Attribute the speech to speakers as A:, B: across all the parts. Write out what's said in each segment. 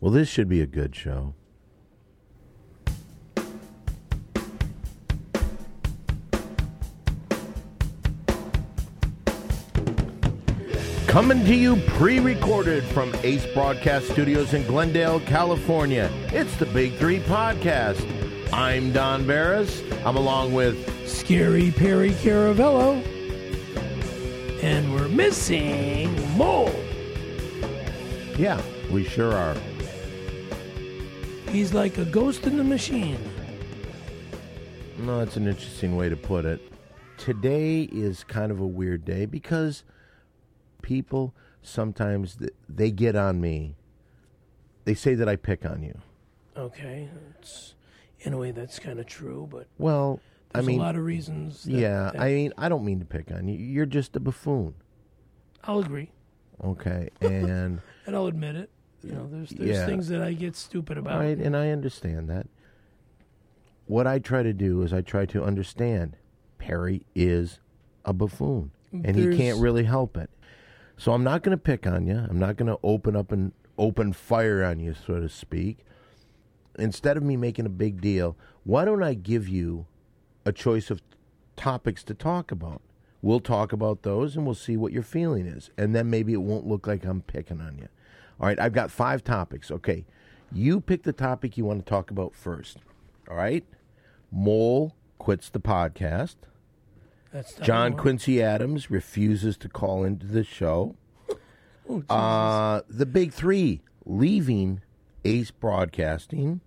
A: Well, this should be a good show. Coming to you pre recorded from Ace Broadcast Studios in Glendale, California. It's the Big Three Podcast. I'm Don Barris. I'm along with
B: Scary Perry Caravello. And we're missing Mo.
A: Yeah, we sure are.
B: He's like a ghost in the machine.
A: No, that's an interesting way to put it. Today is kind of a weird day because people sometimes th- they get on me. They say that I pick on you.
B: Okay, it's, in a way that's kind of true, but
A: Well,
B: there's
A: I mean,
B: a lot of reasons. that-
A: yeah,
B: that-
A: I mean, I don't mean to pick on you. You're just a buffoon,
B: I'll agree,
A: okay? And
B: and I'll admit it. You know, there's there's
A: Yeah.
B: things that I get stupid about.
A: Right, and I understand that. What I try to do is I try to understand Perry is a buffoon and he
B: There's-
A: can't really help it. So I'm not going to pick on you. I'm not going to open up and open fire on you, so to speak. Instead of me making a big deal, why don't I give you a choice of topics to talk about? We'll talk about those and we'll see what your feeling is. And then maybe it won't look like I'm picking on you. All right, I've got five topics. Okay. You pick the topic you want to talk about first. All right. Mole quits the podcast.
B: That's not
A: John
B: wrong.
A: Quincy Adams refuses to call into the show.
B: Oh, Jesus.
A: Uh, the big three leaving Ace Broadcasting.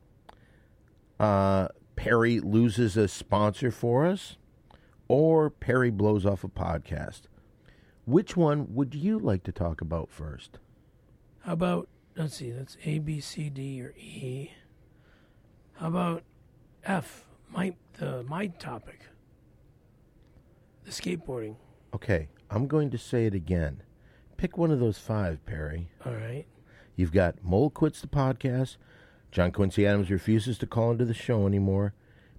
A: Uh, Perry loses a sponsor for us, or Perry blows off a podcast. Which one would you like to talk about first?
B: How about let's see, that's A, B, C, D, or E. How about F? My the my topic. The skateboarding.
A: Okay, I'm going to say it again. Pick one of those five, Perry.
B: All right.
A: You've got Mole quits the podcast. John Quincy Adams refuses to call into the show anymore.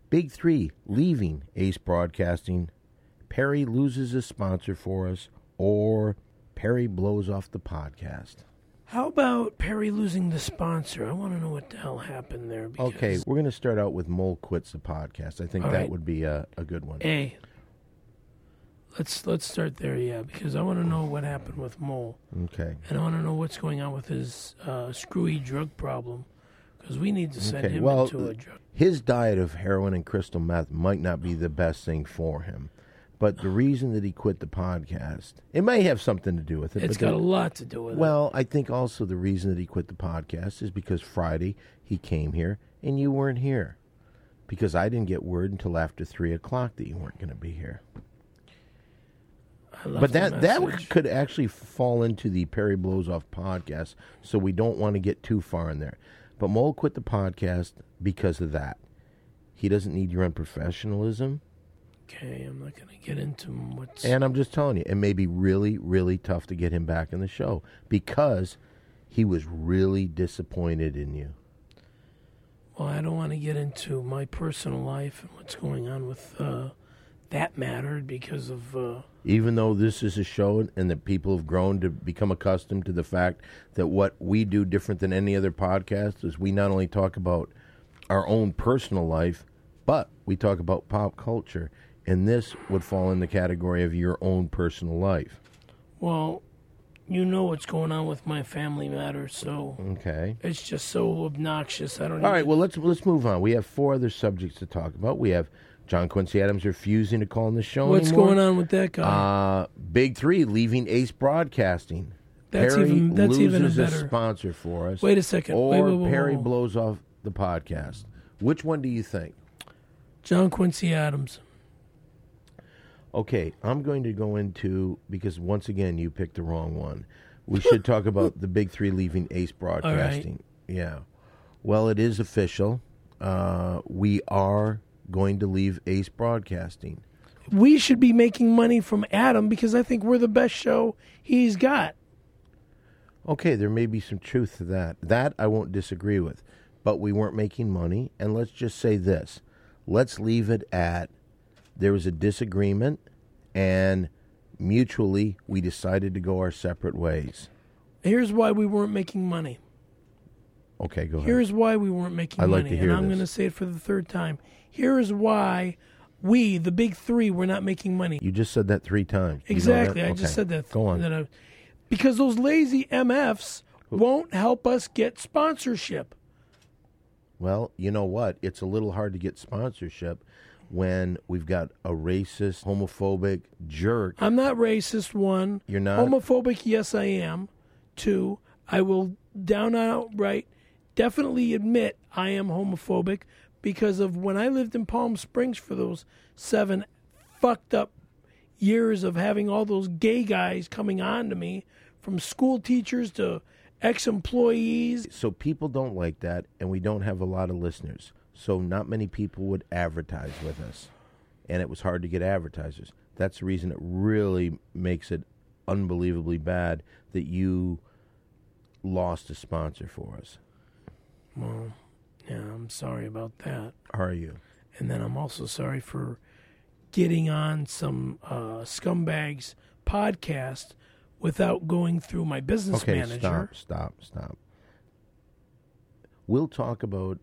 A: Big Three leaving Ace Broadcasting. Perry loses his sponsor for us, or Perry blows off the podcast.
B: How about Perry losing the sponsor? I want to know what the hell happened there. Because
A: Okay, we're going to start out with Mole quits the podcast. I think
B: All
A: that
B: right.
A: would be a, a good one.
B: A. Let's let's start there, yeah, because I want to know what happened with Mole,
A: Okay.
B: and I want to know what's going on with his uh, screwy drug problem, because we need to send
A: Okay,
B: him
A: well,
B: into a drug.
A: his diet of heroin and crystal meth might not be the best thing for him. But the reason that he quit the podcast, it may have something to do with it.
B: It's
A: but
B: got
A: the-
B: a lot to do with it.
A: well, I think also the reason that he quit the podcast is because Friday he came here and you weren't here. Because I didn't get word until after three o'clock that you weren't going to be here.
B: I left
A: But
B: a
A: that that
B: message.
A: would- could actually fall into the Perry Blows Off podcast, so we don't want to get too far in there. But Mole quit the podcast because of that. He doesn't need your unprofessionalism,
B: Okay, I'm not going to get into what's.
A: and I'm just telling you, it may be really, really tough to get him back in the show because he was really disappointed in you.
B: well, I don't want to get into my personal life and what's going on with uh, that matter because of. Uh,
A: Even though this is a show and that people have grown to become accustomed to the fact that what we do different than any other podcast is we not only talk about our own personal life, but we talk about pop culture. And this would fall in the category of your own personal life.
B: well, you know what's going on with my family matter, so
A: Okay.
B: it's just so obnoxious. I don't.
A: All right, well let's let's move on. We have four other subjects to talk about. We have John Quincy Adams refusing to call on the show
B: What's
A: anymore.
B: going on with that guy?
A: Uh, Big Three leaving Ace Broadcasting.
B: That's
A: Perry
B: even- that's
A: loses
B: even a
A: a
B: better-
A: sponsor for us.
B: Wait a second.
A: Or
B: Wait, wait, wait,
A: Perry
B: wait, wait.
A: blows off the podcast. Which one do you think?
B: John Quincy Adams.
A: Okay, I'm going to go into because once again you picked the wrong one. We should talk about the Big Three leaving Ace Broadcasting. Yeah. Well, it is official. Uh, we are going to leave Ace Broadcasting.
B: We should be making money from Adam because I think we're the best show he's got.
A: Okay, there may be some truth to that. That I won't disagree with. But we weren't making money. And let's just say this let's leave it at there was a disagreement, and mutually we decided to go our separate ways.
B: Here's why we weren't making money.
A: Okay, go ahead.
B: Here's why we weren't making
A: I like
B: money,
A: to hear
B: and
A: this.
B: I'm going to say it for the third time. Here is why we, the big three, were not making money.
A: You just said that three times. You know that?
B: Exactly, I
A: Okay.
B: just said that.
A: Go on.
B: that I- because those lazy MFs won't help us get sponsorship.
A: Well, you know what? It's a little hard to get sponsorship when we've got a racist, homophobic jerk.
B: I'm not racist. One,
A: You're not?
B: homophobic. Yes, I am. Two, I will down and outright definitely admit I am homophobic because of when I lived in Palm Springs for those seven fucked up years of having all those gay guys coming on to me from school teachers to ex-employees.
A: So people don't like that, and we don't have a lot of listeners. So not many people would advertise with us, and it was hard to get advertisers. That's the reason it really makes it unbelievably bad that you lost a sponsor for us.
B: Well, yeah, I'm sorry about that.
A: Are you?
B: And then I'm also sorry for getting on some uh, scumbags podcast without going through my business
A: Okay,
B: manager.
A: stop, stop, stop. We'll talk about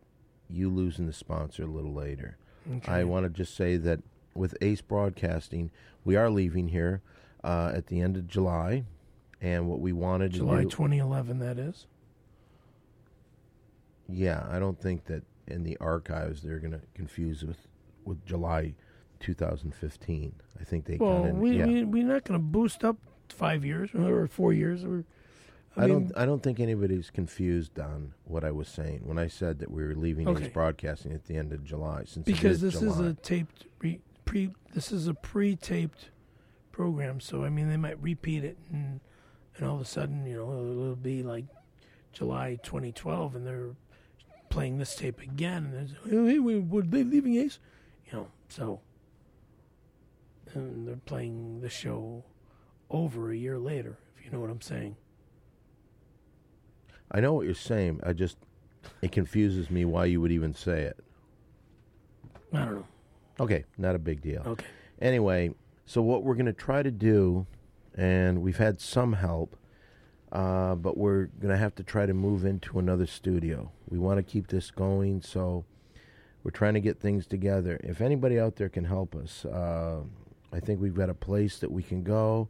A: you losing the sponsor a little later. I want to just say that with Ace Broadcasting, we are leaving here uh, at the end of July, and what we wanted
B: July
A: to do,
B: 2011, that is.
A: yeah, I don't think that in the archives they're going to confuse with with July 2015. I think they
B: Well,
A: kind of
B: we,
A: yeah.
B: we, we're not going to boost up five years or four years. Or,
A: I, don't. I don't think anybody's confused on what I was saying when I said that we were leaving
B: Okay.
A: Ace Broadcasting at the end of July, since it
B: because
A: is
B: this is
A: July.
B: a taped re, pre this is a pre-taped program so i mean they might repeat it and and all of a sudden you know it'll, it'll be like july 2012 and they're playing this tape again and there's "Oh, hey, we- were they leaving ace you know so and they're playing the show over a year later if you know what i'm saying
A: I know what you're saying. I just it confuses me why you would even say it.
B: i don't know
A: Okay, not a big deal.
B: okay
A: Anyway, so what we're going to try to do, and we've had some help, uh, but we're going to have to try to move into another studio. We want to keep this going, so we're trying to get things together. If anybody out there can help us, uh, I think we've got a place that we can go.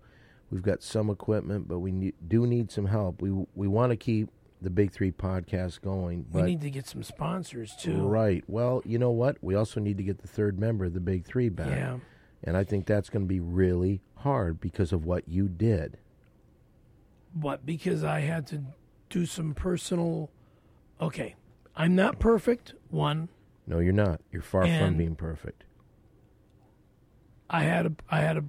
A: We've got some equipment, but we ne- do need some help. We we want to keep the Big Three podcast going.
B: we
A: but
B: need to get some sponsors too
A: Right. Well, you know what? We also need to get the third member of the Big Three back.
B: yeah
A: And I think that's going to be really hard because of what you did.
B: but because I had to do some personal. Okay, I'm not perfect. One,
A: No, you're not. You're far from
B: And-
A: being perfect.
B: I had a, I had a,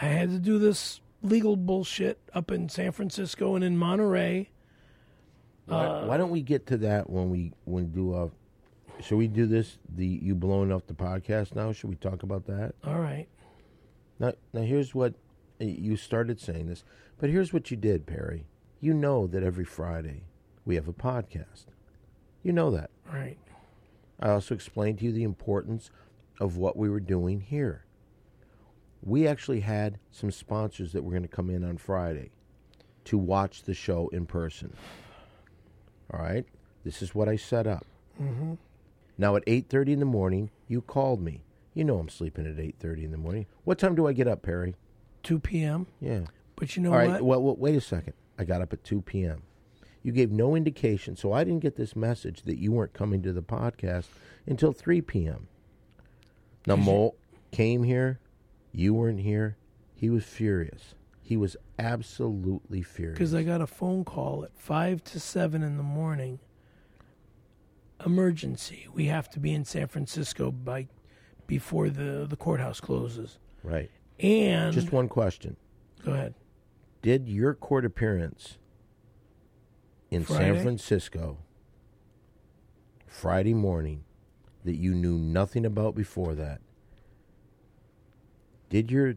B: I had to do this legal bullshit up in San Francisco and in Monterey.
A: why, why don't we get to that when we when we do a? Should we do this? The you blowing up the podcast now? Should we talk about that?
B: All right,
A: Now, now here's what you started saying this, but here's what you did, Perry. You know that every Friday we have a podcast. You know that.
B: all right.
A: I also explained to you the importance of what we were doing here. We actually had some sponsors that were going to come in on Friday to watch the show in person. All right, this is what I set up. Now at eight thirty in the morning, you called me. You know I'm sleeping at eight thirty in the morning. What time do I get up, Perry?
B: Two p.m.
A: Yeah.
B: But you know
A: All right.
B: what?
A: Well, well, wait a second. I got up at 2 p.m. You gave no indication, so I didn't get this message that you weren't coming to the podcast until 3 p.m. Now,
B: Did you-
A: Mole came here. You weren't here. He was furious. He was absolutely furious.
B: Because I got a phone call at five to seven in the morning. Emergency. We have to be in San Francisco by before the the courthouse closes.
A: Right.
B: And
A: Just one question.
B: go ahead.
A: Did your court appearance in San
B: Friday?
A: Francisco Friday morning that you knew nothing about before that? Did your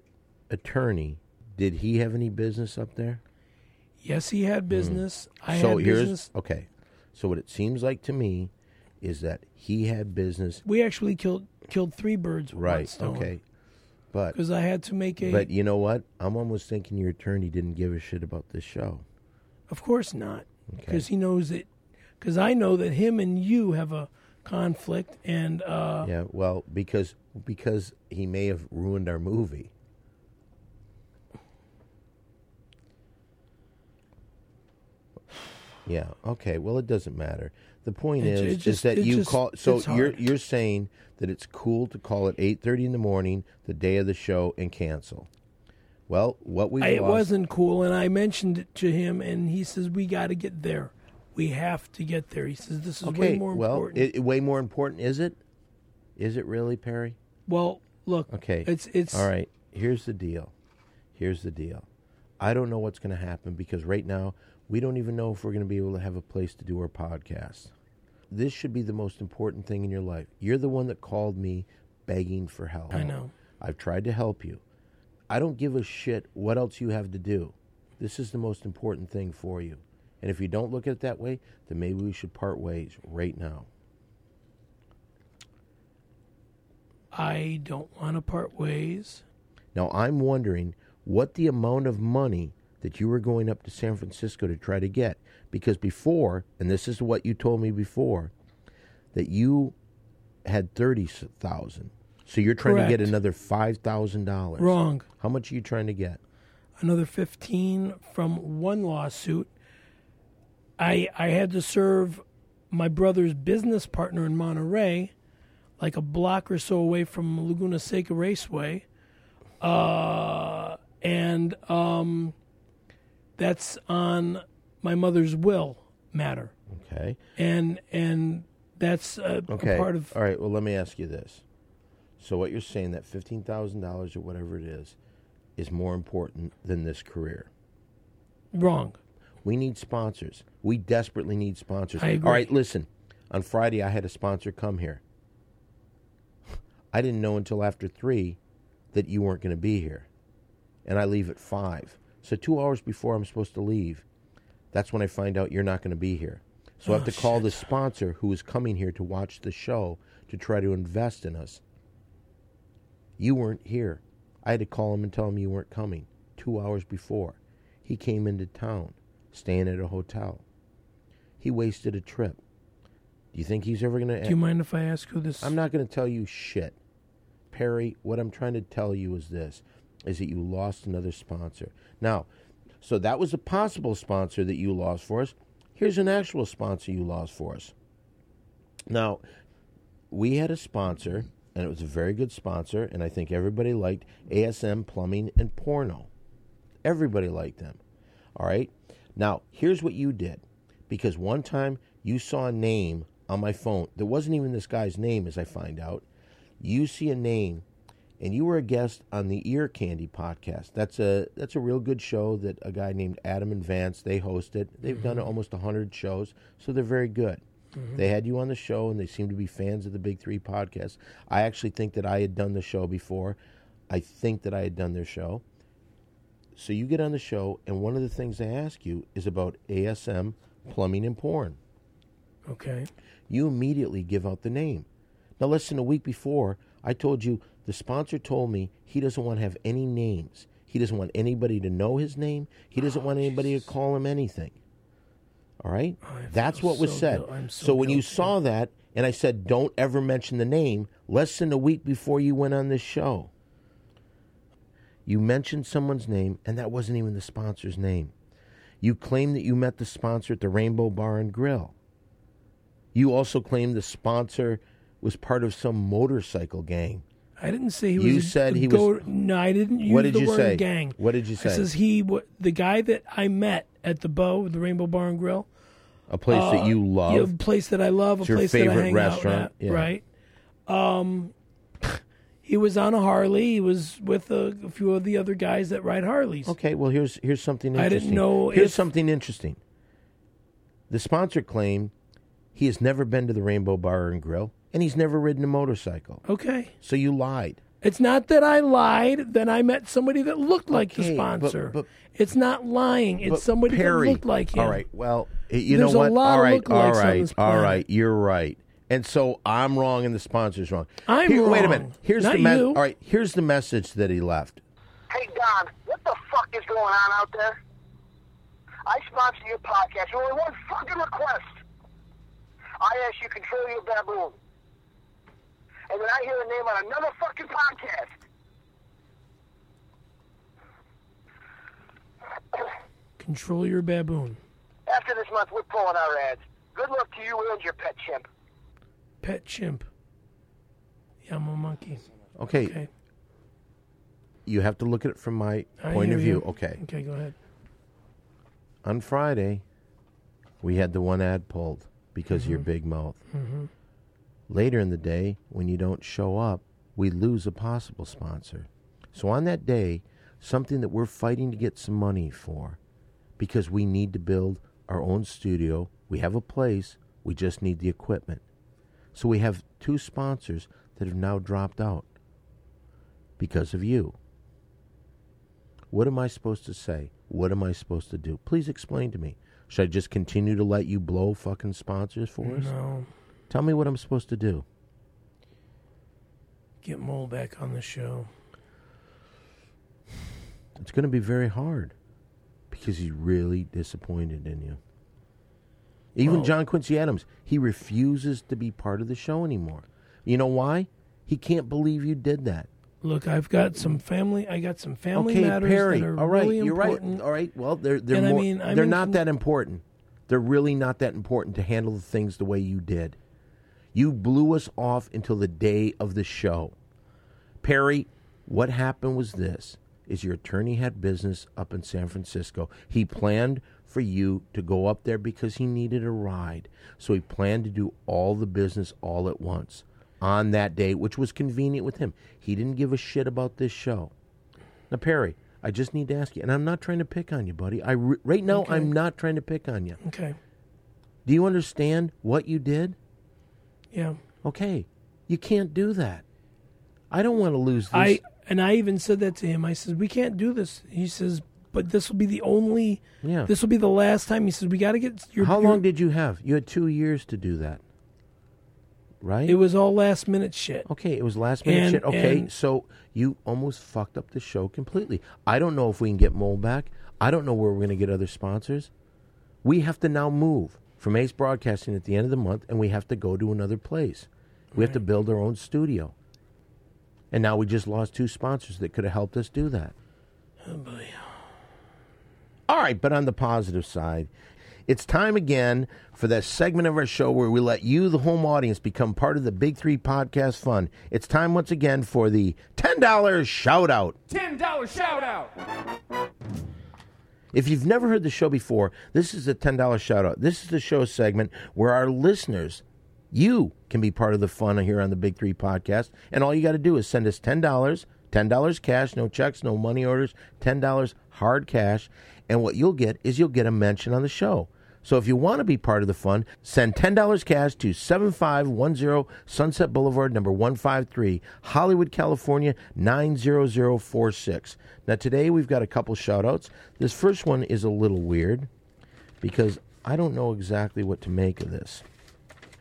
A: attorney did he have any business up there?
B: Yes, he had business. I
A: Mm-hmm. so
B: had
A: here's
B: business.
A: okay. So what it seems like to me is that he had business
B: We actually killed killed three birds with one
A: right.
B: stone.
A: Okay. But
B: Because I had to make a.
A: but you know what? I'm almost thinking your attorney didn't give a shit about this show.
B: of course not.
A: Okay.
B: Because he knows it. because I know that him and you have a conflict, and uh,
A: Yeah, well, because because he may have ruined our movie. Yeah. Okay. Well, it doesn't matter. The point
B: It-
A: is,
B: it
A: is
B: just-
A: that
B: it
A: you
B: just-
A: call. So
B: it's
A: you're
B: hard.
A: you're saying that it's cool to call at eight thirty in the morning, the day of the show, and cancel. Well, what we
B: I, it
A: lost,
B: wasn't cool. And I mentioned it to him, and he says we got to get there. We have to get there. He says this is
A: okay.
B: way more
A: well,
B: important.
A: It, it- way more important is it? Is it really, Perry?
B: well, look,
A: Okay.
B: it's it's
A: All right. Here's the deal. Here's the deal. I don't know what's going to happen because right now we don't even know if we're going to be able to have a place to do our podcast. This should be the most important thing in your life. You're the one that called me begging for help.
B: I know.
A: I've tried to help you. I don't give a shit what else you have to do. This is the most important thing for you. And if you don't look at it that way, then maybe we should part ways right now.
B: I don't want to part ways.
A: Now I'm wondering what the amount of money that you were going up to San Francisco to try to get because before and this is what you told me before that you had 30,000. So you're trying to
B: Correct.
A: get another $5,000.
B: Wrong.
A: How much are you trying to get?
B: Another fifteen from one lawsuit. I I had to serve my brother's business partner in Monterey, like a block or so away from Laguna Seca Raceway, uh, and um, that's on my mother's will matter,
A: Okay.
B: and and that's uh
A: Okay.
B: a part of
A: All right, well let me ask you this. So what you're saying that $15,000 or whatever it is is more important than this career.
B: wrong.
A: We need sponsors. We desperately need sponsors.
B: I agree.
A: All right, listen. On Friday, I had a sponsor come here. I didn't know until after three that you weren't going to be here, and I leave at five. So two hours before I'm supposed to leave, that's when I find out you're not going to be here. So I have
B: Oh,
A: to call
B: shit.
A: the sponsor who is coming here to watch the show to try to invest in us. You weren't here. I had to call him and tell him you weren't coming two hours before. He came into town, staying at a hotel. He wasted a trip. Do you think he's ever going
B: Do you
A: to?
B: mind if I ask who this?
A: I'm not going to tell you shit, Perry. What I'm trying to tell you is this: is that you lost another sponsor. Now, so that was a possible sponsor that you lost for us. Here's an actual sponsor you lost for us. Now, we had a sponsor, and it was a very good sponsor, and I think everybody liked ASM Plumbing and Porno. Everybody liked them. All right. Now, here's what you did because one time you saw a name on my phone that wasn't even this guy's name, as I find out. You see a name, and you were a guest on the Ear Candy podcast. That's a that's a real good show that a guy named Adam and Vance they host it. They've done almost hundred shows, so they're very good. They had you on the show, and they seem to be fans of the Big Three podcast. I actually think that I had done the show before. I think that I had done their show. So you get on the show, and one of the things they ask you is about ASM plumbing and porn.
B: okay.
A: You immediately give out the name. Now, less than a week before, I told you the sponsor told me he doesn't want to have any names. He doesn't want anybody to know his name. He doesn't want anybody to call him anything. All right?
B: I
A: That's
B: feel
A: what was
B: so
A: said.
B: guil- I'm so
A: so when you
B: guilty.
A: saw that, and I said, don't ever mention the name, less than a week before you went on this show, you mentioned someone's name, and that wasn't even the sponsor's name. You claimed that you met the sponsor at the Rainbow Bar and Grill. You also claimed the sponsor was part of some motorcycle gang.
B: I didn't say he was.
A: You
B: a-
A: said
B: a
A: he
B: go-
A: was-
B: No, I didn't use
A: What did
B: the
A: you
B: word
A: say?
B: gang.
A: What did you say?
B: I says he, wa- the guy that I met at the Bow, the Rainbow Bar and Grill,
A: A place
B: uh,
A: that you
B: you know,
A: love.
B: a place that I love, a
A: your
B: place that
A: favorite
B: I hang
A: restaurant,
B: out at,
A: yeah.
B: right? Um, he was on a Harley. He was with a, a few of the other guys that ride Harleys.
A: Okay, well here's here's something
B: I
A: interesting.
B: didn't know
A: Here's
B: if-
A: something interesting. The sponsor claimed he has never been to the Rainbow Bar and Grill and he's never ridden a motorcycle.
B: Okay.
A: So you lied.
B: It's not that I lied that I met somebody that looked like
A: Okay,
B: the
A: but-
B: sponsor.
A: but-
B: it's not lying. It's
A: But
B: somebody
A: Perry,
B: that looked like him.
A: All right. Well, y- you
B: There's
A: know
B: a
A: what?
B: lot
A: all
B: of
A: right.
B: lookalikes
A: All
B: on
A: right.
B: this
A: All
B: planet.
A: right. You're right. And so I'm wrong, and the sponsor's wrong.
B: I'm
A: Wait a
B: wrong,
A: minute. Here's
B: not
A: the me-
B: you.
A: All right. Here's the message that he left.
C: Hey Don, what the fuck is going on out there? I sponsor your podcast. You only one fucking request. control your baboon. And then I hear a name on another fucking podcast.
B: Control your baboon.
C: After this month, we're pulling our ads. Good luck to you and your pet chimp.
B: Pet chimp. Yeah, I'm a monkey.
A: Okay,
B: Okay.
A: you have to look at it from my
B: I
A: point
B: hear
A: of
B: you.
A: view. Okay.
B: Okay, go ahead.
A: on Friday, we had the one ad pulled because of your big mouth. Later in the day, when you don't show up, we lose a possible sponsor. So on that day, something that we're fighting to get some money for because we need to build our own studio. We have a place, we just need the equipment. So we have two sponsors that have now dropped out because of you. What am I supposed to say? What am I supposed to do? Please explain to me. Should I just continue to let you blow fucking sponsors for us?
B: No.
A: Tell me what I'm supposed to do.
B: Get Mole back on the show.
A: It's going to be very hard because he's really disappointed in you. Even
B: Well-
A: John Quincy Adams, he refuses to be part of the show anymore. You know why? He can't believe you did that.
B: Look, I've got some family. I got some family
A: Okay,
B: matters
A: Perry.
B: that are
A: all right,
B: really
A: you're
B: important.
A: right. All right. Well, they're they're
B: And I
A: more,
B: mean- I
A: they're
B: mean,
A: not
B: can-
A: that important. They're really not that important to handle the things the way you did. You blew us off until the day of the show. Perry, what happened was this: is your attorney had business up in San Francisco. He planned for you to go up there because he needed a ride. So he planned to do all the business all at once on that day, which was convenient with him. He didn't give a shit about this show. Now, Perry, I just need to ask you, and I'm not trying to pick on you, buddy. I re- right now I'm not trying to pick on you.
B: Okay.
A: Do you understand what you did?
B: Yeah.
A: Okay, you can't do that. I don't want to lose this.
B: I and I even said that to him. I said, "We can't do this." He says, "But this will be the only.
A: Yeah.
B: This will be the last time." He says, "We got to get your."
A: How
B: your-
A: long did you have? You had two years to do that, right?
B: it was all last minute shit.
A: okay, it was last minute
B: And-
A: shit. Okay,
B: and-
A: so you almost fucked up the show completely. I don't know if we can get Mole back. I don't know where we're going to get other sponsors. We have to now move from Ace Broadcasting at the end of the month, and we have to go to another place. We have to build our own studio. And now we just lost two sponsors that could have helped us do that.
B: Oh, boy.
A: All right, but on the positive side, it's time again for that segment of our show where we let you, the home audience, become part of the Big Three Podcast Fund. It's time once again for the $10 shout out.
D: Ten dollar shout out.
A: If you've never heard the show before, this is the $10 shout out. This is the show segment where our listeners, you can be part of the fun here on the Big Three podcast. And all you got to do is send us $10, $10 cash, no checks, no money orders, $10 hard cash. And what you'll get is you'll get a mention on the show. So if you want to be part of the fun, send $10 cash to 7510 Sunset Boulevard, number 153, Hollywood, California, 90046. Now, today we've got a couple shout outs. This first one is a little weird because I don't know exactly what to make of this.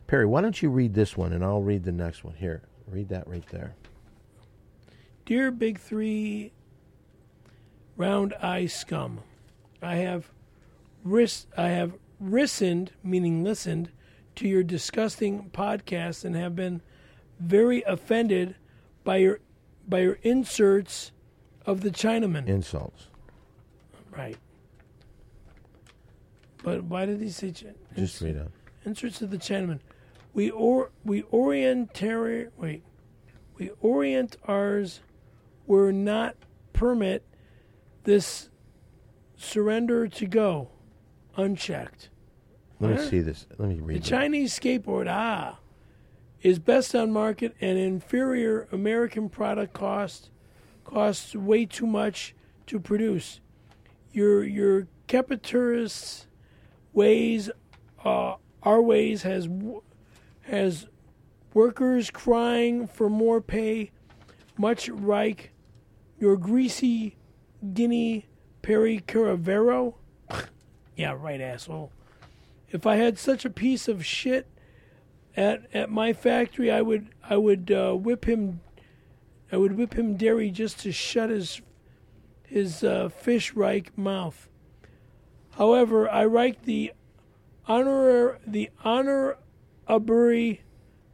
A: Perry, why don't you read this one and I'll read the next one? Here, read that right there.
B: Dear Big Three Round Eye Scum, I have ris- I have listened, meaning listened, to your disgusting podcast and have been very offended by your by your inserts of the Chinaman.
A: Insults.
B: Right. But why did he say Chi-
A: Just read it.
B: inserts of the Chinaman. We or we orient terror- wait, we orient ours. Were not permit this surrender to go unchecked.
A: Let me see this. Let me read
B: The
A: this.
B: Chinese skateboard ah is best on market and inferior American product cost costs way too much to produce. Your your capitalist ways uh, our ways has w- has workers crying for more pay, much like your greasy guinea Perry Caravero. yeah, right, asshole. If I had such a piece of shit at at my factory, I would I would uh, whip him. I would whip him dairy just to shut his his uh, fish Reich mouth. However, I write the honor the honor a burly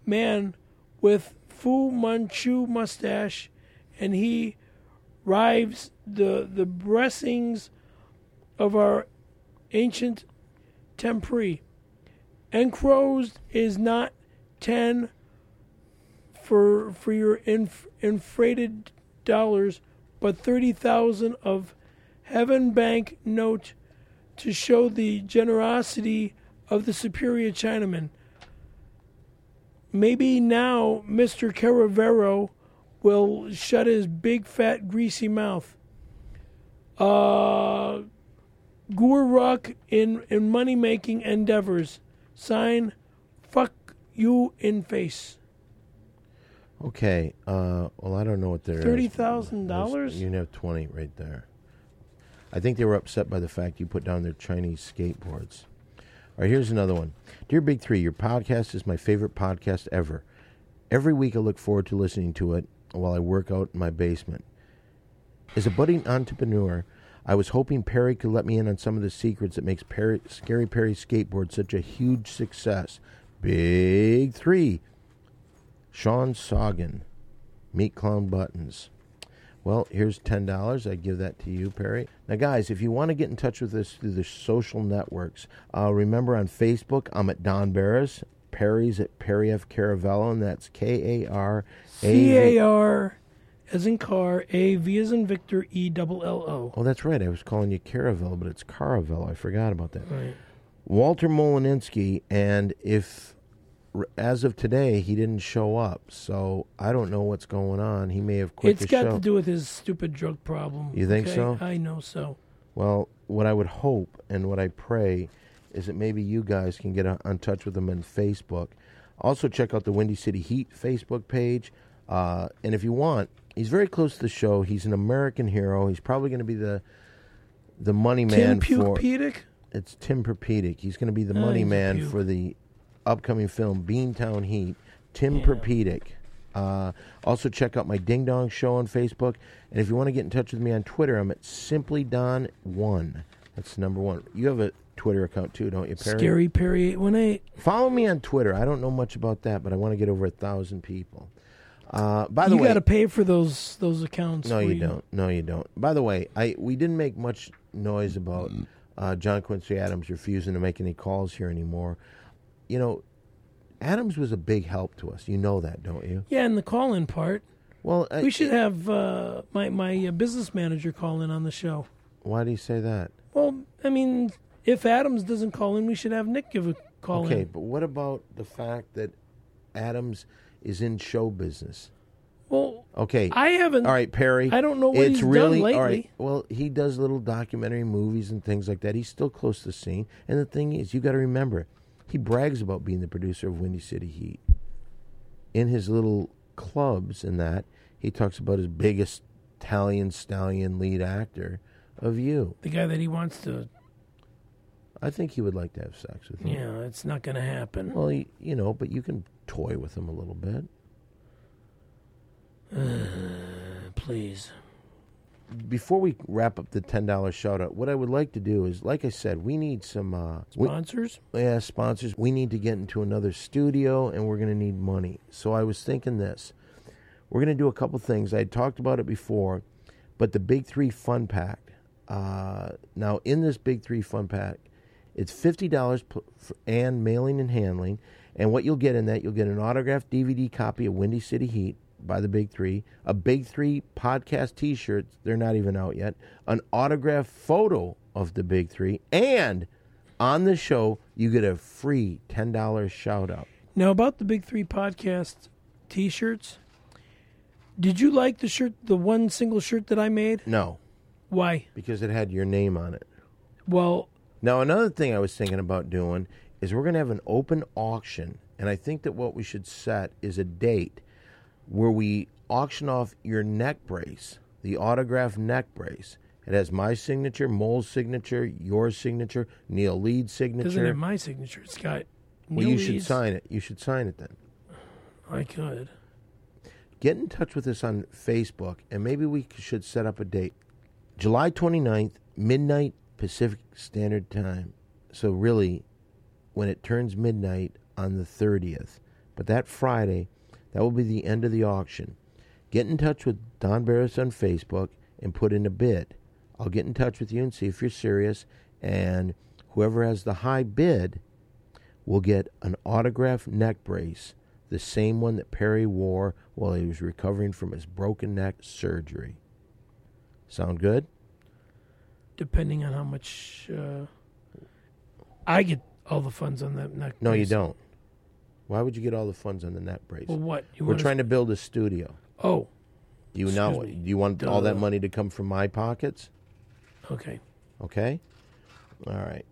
B: man with Fu Manchu mustache, and he rives the the blessings of our ancient tempri. Encrosed is not ten for for your inf- inflated dollars, but thirty thousand of heaven bank note to show the generosity of the superior Chinaman. Maybe now Mr. Caravero will shut his big fat greasy mouth. Uh Guruk in, in money making endeavors. Sign fuck you in face.
A: Okay. Uh, well, I don't know what they're
B: $30,000?
A: You have twenty right there. I think they were upset by the fact you put down their Chinese skateboards. All right, here's another one. Dear Big Three, your podcast is my favorite podcast ever. Every week I look forward to listening to it while I work out in my basement. As a budding entrepreneur, I was hoping Perry could let me in on some of the secrets that makes Perry, Scary Perry Skateboard such a huge success. Big Three. Sean Soggin, Meat Clown Buttons. Well, here's ten dollars. I give that to you, Perry. Now, guys, if you want to get in touch with us through the social networks, uh, remember on Facebook, I'm at Don Barris. Perry's at Perry F Caravello, and that's K A R
B: C A
A: A.
B: R as in car, A V as in Victor, E double L O.
A: Oh, that's right. I was calling you Caravello, but it's Caravello. I forgot about that.
B: Right.
A: Walter Molininski, and if r- as of today he didn't show up, so I don't know what's going on. He may have quit
B: It's
A: the
B: got
A: show.
B: to do with his stupid drug problem.
A: You think
B: okay?
A: so?
B: I know so.
A: Well, what I would hope and what I pray is that maybe you guys can get on- in touch with them on Facebook. Also, check out the Windy City Heat Facebook page. Uh, and if you want, he's very close to the show. He's an American hero. He's probably going to be the the money man
B: Tim
A: for
B: Pukpedic?
A: it's Tim Perpedic. He's going to be the
B: Ah,
A: money
B: he's a
A: man
B: puke.
A: for the upcoming film Beantown Heat. Tim Perpedic. Uh, also, check out my Ding Dong Show on Facebook. And if you want to get in touch with me on Twitter, I'm at Simply Don One. That's number one. You have a Twitter account too, don't you, Perry?
B: Scary Perry 818.
A: Follow me on Twitter. I don't know much about that, but I want to get over a thousand people. Uh, by the
B: You
A: way,
B: got to pay for those those accounts.
A: no,
B: where
A: you don't. No, you don't. By the way, I we didn't make much noise about uh, John Quincy Adams refusing to make any calls here anymore. You know, Adams was a big help to us. You know that, don't you?
B: Yeah, and the call in part.
A: Well, I-
B: We should have uh, my my uh, business manager call in on the show.
A: Why do you say that?
B: Well, I mean, if Adams doesn't call in, we should have Nick give a call
A: okay,
B: in.
A: but what about the fact that Adams is in show business?
B: Well,
A: Okay,
B: I haven't.
A: All right, Perry.
B: I don't know what
A: it's
B: he's done
A: really, All right,
B: lately.
A: well, he does little documentary movies and things like that. He's still close to the scene. And the thing is, you got to remember, he brags about being the producer of Windy City Heat. In his little clubs and that, he talks about his biggest Italian stallion lead actor of you.
B: The guy that he wants to.
A: I think he would like to have sex with you.
B: Yeah, it's not going to happen.
A: Well, he, you know, but you can toy with him a little bit.
B: Please.
A: Before we wrap up the $10 shout out, what I would like to do is, like I said, we need some. Uh, we-
B: Sponsors?
A: yeah, sponsors, we need to get into another studio and we're going to need money. So I was thinking this. We're going to do a couple things. I had talked about it before, but the Big Three Fun Pack. Uh, now, in this Big Three Fun Pack, it's $50 p- f- and mailing and handling. And what you'll get in that, you'll get an autographed DVD copy of Windy City Heat by the Big Three, a Big Three podcast t shirt. They're not even out yet. An autographed photo of the Big Three. And on the show, you get a free $10 shout out.
B: Now, about the Big Three podcast t shirts. Did you like the shirt, the one single shirt that I made?
A: No,
B: Why?
A: because it had your name on it.
B: Well,
A: Now, another thing I was thinking about doing is we're going to have an open auction, and I think that what we should set is a date where we auction off your neck brace, the autographed neck brace. It has my signature, Mole's signature, your signature, Neil Leeds' signature.
B: doesn't have my signature. It's got.
A: well,
B: new
A: you should
B: leads.
A: sign it. You should sign it then.
B: I could.
A: get in touch with us on Facebook and maybe we should set up a date. July 29th, midnight Pacific Standard Time. So, really, when it turns midnight on the 30th. But that Friday, that will be the end of the auction. Get in touch with Don Barris on Facebook and put in a bid. I'll get in touch with you and see if you're serious. And whoever has the high bid will get an autographed neck brace, the same one that Perry wore while he was recovering from his broken neck surgery. Sound good?
B: depending on how much uh, I get all the funds on that neck.
A: No, you
B: brace.
A: don't. Why would you get all the funds on the neck brace?
B: Well, what you
A: We're
B: wanna-
A: trying to build a studio.
B: Oh,
A: Do you know?
B: Excuse me.
A: Do you want all that
B: Duh.
A: money to come from my pockets?
B: okay.
A: Okay. All right.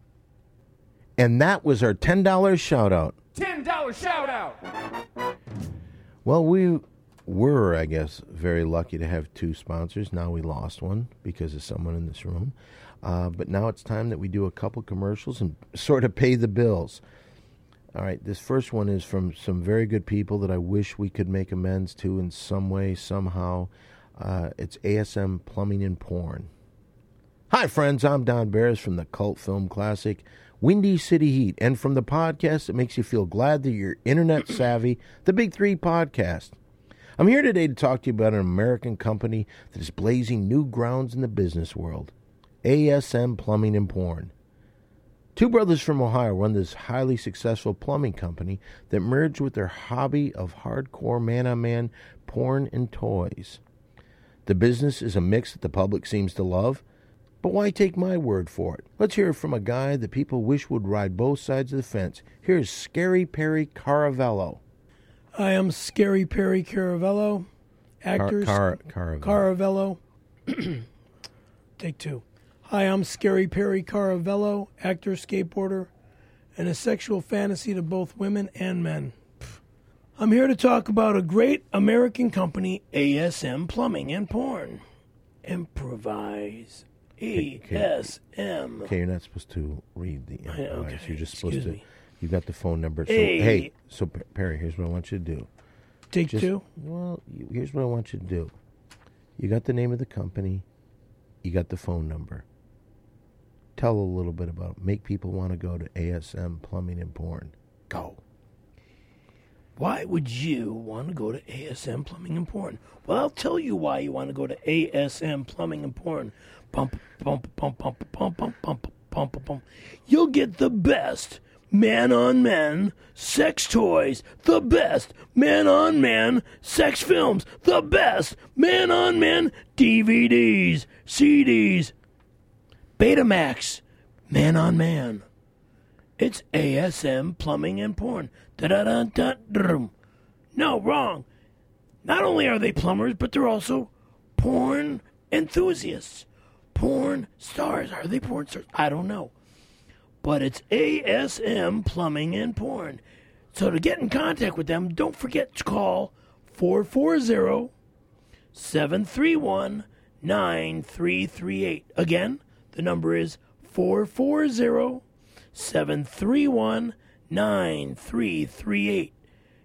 A: And that was our ten dollars shout out.
D: Ten dollar shout out.
A: Well, we were, I guess, very lucky to have two sponsors. Now we lost one because of someone in this room. Uh, but now it's time that we do a couple commercials and sort of pay the bills. All right, this first one is from some very good people that I wish we could make amends to in some way, somehow. Uh, it's ASM Plumbing and Porn. Hi, friends. I'm Don Barris from the cult film classic Windy City Heat, and from the podcast that makes you feel glad that you're internet savvy, the Big Three Podcast. I'm here today to talk to you about an American company that is blazing new grounds in the business world ASM Plumbing and Porn. Two brothers from Ohio run this highly successful plumbing company that merged with their hobby of hardcore man on man porn and toys. The business is a mix that the public seems to love, but why take my word for it? Let's hear it from a guy that people wish would ride both sides of the fence. Here's Scary Perry Caravello.
B: I am Scary Perry Caravello,
A: Car-
B: actor.
A: Car- Caravello.
B: Caravello. Take two. Hi, I'm Scary Perry Caravello, actor, skateboarder, and a sexual fantasy to both women and men. Pff. I'm here to talk about a great American company, ASM Plumbing and Porn. Improvise. ASM.
A: okay, you're not supposed to read the invoice.
B: okay,
A: You're just supposed
B: excuse
A: to.
B: me.
A: You got the phone number. So,
B: Hey.
A: hey, so Per- Perry, here's what I want you to do.
B: Take
A: Just,
B: two.
A: Well, you- here's what I want you to do. You got the name of the company. You got the phone number. Tell a little bit about. Make people want to go to ASM Plumbing and Porn. Go.
B: Why would you want to go to ASM Plumbing and Porn? Well, I'll tell you why you want to go to ASM Plumbing and Porn. Pump, pump, pump, pump, pump, pump, pump, pump, pump. You'll get the best man on man sex toys, the best man on man sex films, the best man on man DVDs, CDs, Betamax, man on man. It's ASM plumbing and porn. Da da da da. drum. No, wrong. Not only are they plumbers, but they're also porn enthusiasts. Porn stars. Are they porn stars? I don't know. But it's ASM plumbing and porn. So to get in contact with them, don't forget to call 440 731 9338. Again, the number is 440- Seven three one nine three three eight.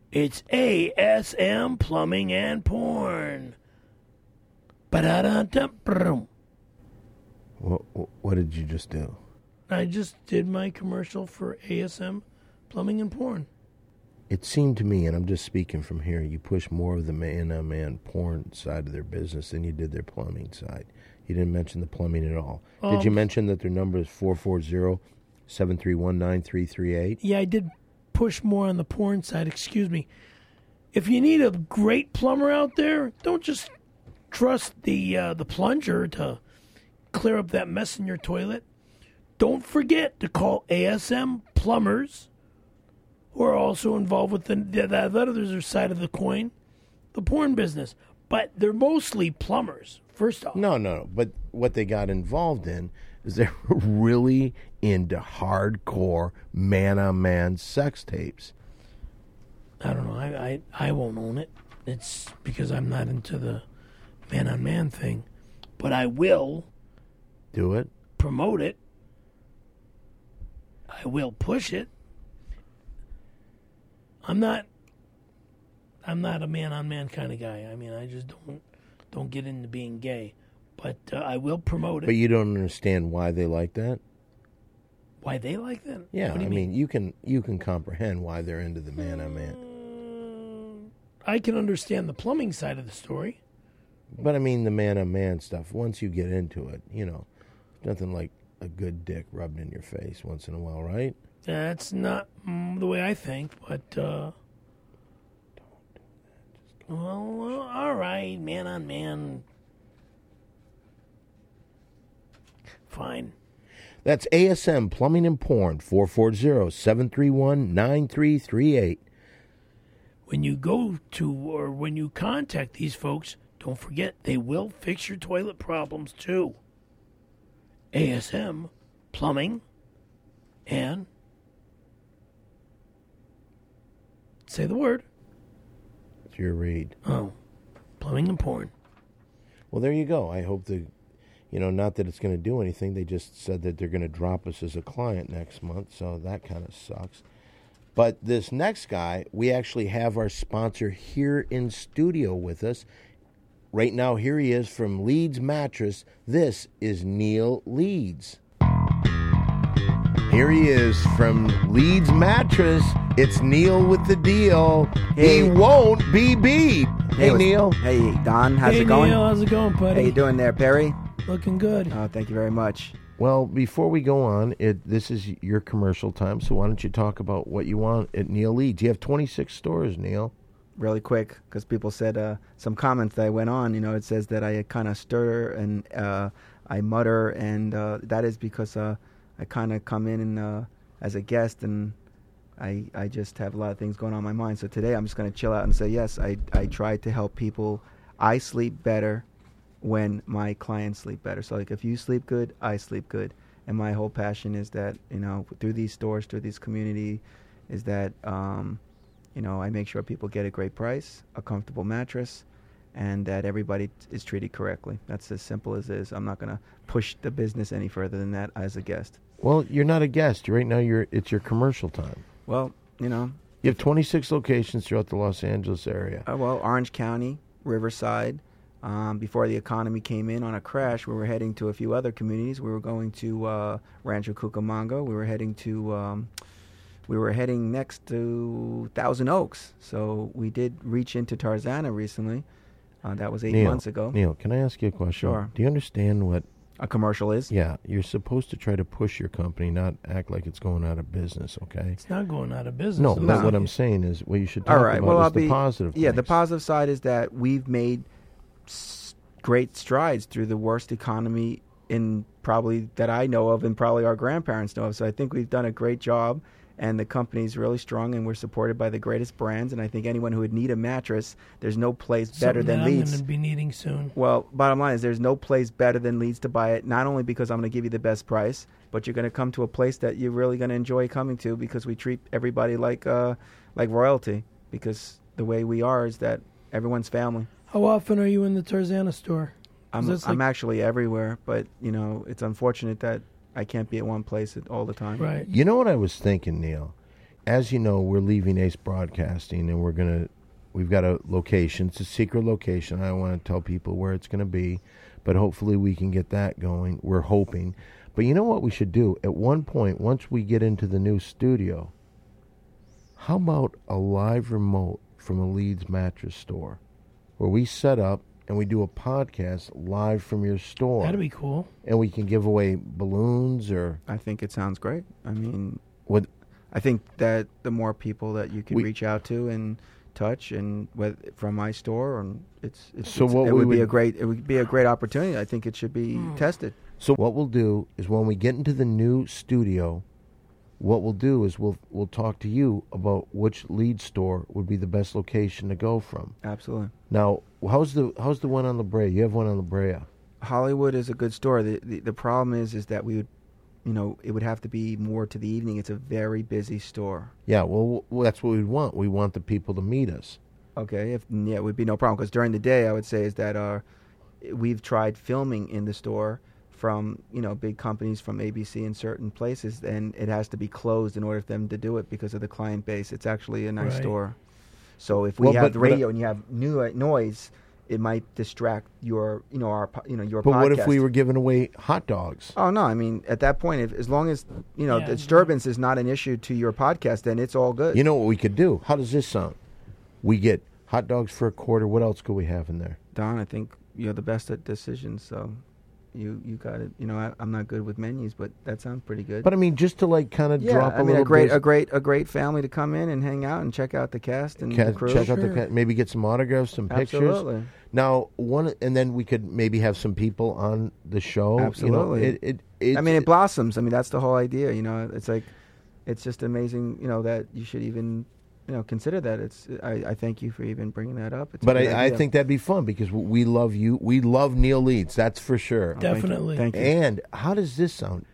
B: It's ASM Plumbing and Porn. Ba-da-da-da-brum.
A: What, what did you just do?
B: I just did my commercial for ASM Plumbing and Porn.
A: It seemed to me, and I'm just speaking from here, you push more of the man on man porn side of their business than you did their plumbing side. You didn't mention the plumbing at all. did
B: Um,
A: you mention that their number is 440 731 9338?
B: Yeah, I did push more on the porn side, excuse me. If you need a great plumber out there, don't just trust the uh, the plunger to clear up that mess in your toilet. Don't forget to call ASM plumbers who are also involved with the, the, the other side of the coin, the porn business. But they're mostly plumbers, first off.
A: No, no, no. But what they got involved in is they were really into hardcore man on man sex tapes.
B: I don't know. I, I, I won't own it. It's because I'm not into the man on man thing. But I will
A: Do it?
B: promote it. I will push it. I'm not I'm not a man on man kind of guy. I mean, I just don't don't get into being gay, but uh, I will promote it.
A: But you don't understand why they like that?
B: Why they like that?
A: Yeah,
B: What do
A: I
B: you
A: mean, you can you can comprehend why they're into the man I'm at.
B: Mm, I can understand the plumbing side of the story.
A: But I mean, the man on man stuff, once you get into it, you know, nothing like a good dick rubbed in your face once in a while, right?
B: That's not mm, the way I think, but. Uh, well, well, all right, man on man. Fine.
A: That's ASM Plumbing and Porn, 440 731 9338.
B: When you go to or when you contact these folks, don't forget they will fix your toilet problems too. ASM, plumbing, and say the word.
A: It's your read.
B: Oh, plumbing and porn.
A: Well, there you go. I hope the, you know, not that it's going to do anything. They just said that they're going to drop us as a client next month, so that kind of sucks. But this next guy, we actually have our sponsor here in studio with us. Right now, here he is from Leeds Mattress. This is Neil Leeds. Here he is from Leeds Mattress. It's Neil with the deal. He
E: Hey.
A: won't be beat. Hey,
E: what's-
A: Neil.
E: Hey, Don. How's it going?
B: Neil, how's it going, buddy?
E: How you doing there, Perry?
B: Looking good.
E: Oh, thank you very much.
A: Well, before we go on, it, this is your commercial time, so why don't you talk about what you want at Neil Leeds? You have 26 stores, Neil.
E: Really quick, because people said uh, some comments that I went on. You know, it says that I kind of stir and uh, I mutter, and uh, that is because uh, I kind of come in and uh, as a guest, and I I just have a lot of things going on in my mind. So today I'm just gonna chill out and say yes. I I try to help people. I sleep better when my clients sleep better. So like if you sleep good, I sleep good. And my whole passion is that, you know, through these stores, through this community, is that um, you know, I make sure people get a great price, a comfortable mattress, and that everybody t- is treated correctly. That's as simple as it is. I'm not gonna push the business any further than that as a guest.
A: Well, you're not a guest right now. You're it's your commercial time.
E: Well, you know,
A: You have 26 locations throughout the Los Angeles area.
E: Uh, well, Orange County, Riverside. Um, before the economy came in on a crash, we were heading to a few other communities. We were going to uh, Rancho Cucamonga. We were heading to. Um, we were heading next to Thousand Oaks. So we did reach into Tarzana recently. Uh, that was eight
A: Neil,
E: months ago.
A: Neil, can I ask you a question?
E: Sure.
A: Do you understand what?
E: A commercial is.
A: Yeah, you're supposed to try to push your company, not act like it's going out of business. Okay.
B: It's not going out of business.
A: No,
B: I'm
A: but
B: not-
A: what I'm saying is, what you should talk
E: All right.
A: about
E: Well,
A: is
E: I'll
A: the
E: be
A: positive.
E: Yeah, the
A: things.
E: positive side is that we've made s- great strides through the worst economy in probably that I know of, and probably our grandparents know of. So I think we've done a great job, and the company's really strong, and we're supported by the greatest brands. And I think anyone who would need a mattress, there's no place better
B: something
E: than
B: that I'm
E: Leeds.
B: going to be needing soon.
E: Well, bottom line is there's no place better than Leeds to buy it. Not only because I'm going to give you the best price, but you're going to come to a place that you're really going to enjoy coming to because we treat everybody like uh, like royalty. Because the way we are is that everyone's family.
B: How often are you in the Tarzana store? 'Cause
E: I'm
B: that's
E: I'm
B: like-
E: actually everywhere, but you know it's unfortunate that I can't be at one place at- all the time.
B: right.
A: You know what I was thinking, Neil? As you know, we're leaving Ace Broadcasting and we're going to, we've got a location. It's a secret location. I don't want to tell people where it's going to be, but hopefully we can get that going. We're hoping. But you know what we should do? At one point, once we get into the new studio, how about a live remote from a Leeds mattress store where we set up and we do a podcast live from your store?
B: That'd be cool.
A: and we can give away balloons or
E: I think it sounds great. I mean,
A: what?
E: I think that the more people that you can
A: We-
E: reach out to and touch, and whether, from my store, and it's, it's,
A: So
E: it's-
A: what
E: it
A: we
E: would be
A: would-
E: a great it would be a great opportunity. I think it should be tested.
A: So what we'll do is when we get into the new studio, what we'll do is we'll we'll talk to you about which lead store would be the best location to go from.
E: Absolutely,
A: Now, how's the how's the one on La Brea? You have one on La Brea.
E: Hollywood is a good store. The, the the problem is is that we would, you know, it would have to be more to the evening. It's a very busy store.
A: Yeah, well, w- that's what we want. We want the people to meet us.
E: Okay, if yeah, it would be no problem because during the day, I would say is that uh, we've tried filming in the store from you know big companies from ABC in certain places, and it has to be closed in order for them to do it because of the client base. It's actually a nice
B: Right.
E: store. So if we
A: Well,
E: have
A: but-
E: the
A: but, uh,
E: radio and you have new noise, it might distract your you know our po- you know your.
A: But what if
E: podcast.
A: we were giving away hot dogs?
E: Oh no! I mean, at that point, if, as long as you know
B: Yeah.
E: disturbance is not an issue to your podcast, then it's all good.
A: You know what we could do? How does this sound? We get hot dogs for a quarter. What else could we have in there?
E: Don, I think you're the best at decisions, so you you got it. You know, I, I'm not good with menus, but that sounds pretty good.
A: But I mean, just to like kind of
E: yeah,
A: drop a
E: I mean,
A: little
E: a great
A: bit-
E: a great a great family to come in and hang out and check out the cast and
A: Ca-
E: the crew.
A: check out the
B: Sure.
A: ca- maybe get some autographs, some
E: Absolutely.
A: pictures. Now one, and then we could maybe have some people on the show.
E: Absolutely.
A: you know, it, it, it,
E: I mean, it blossoms. I mean, that's the whole idea. You know, it's like, it's just amazing. You know that you should even, you know, consider that. It's. I, I thank you for even bringing that up. It's a
A: But
E: good
A: I, I
E: idea.
A: think that'd be fun because w- we love you. We love Neil Leeds. That's for sure.
E: Thank you.
B: Definitely.
E: Thank you.
A: And how does this sound?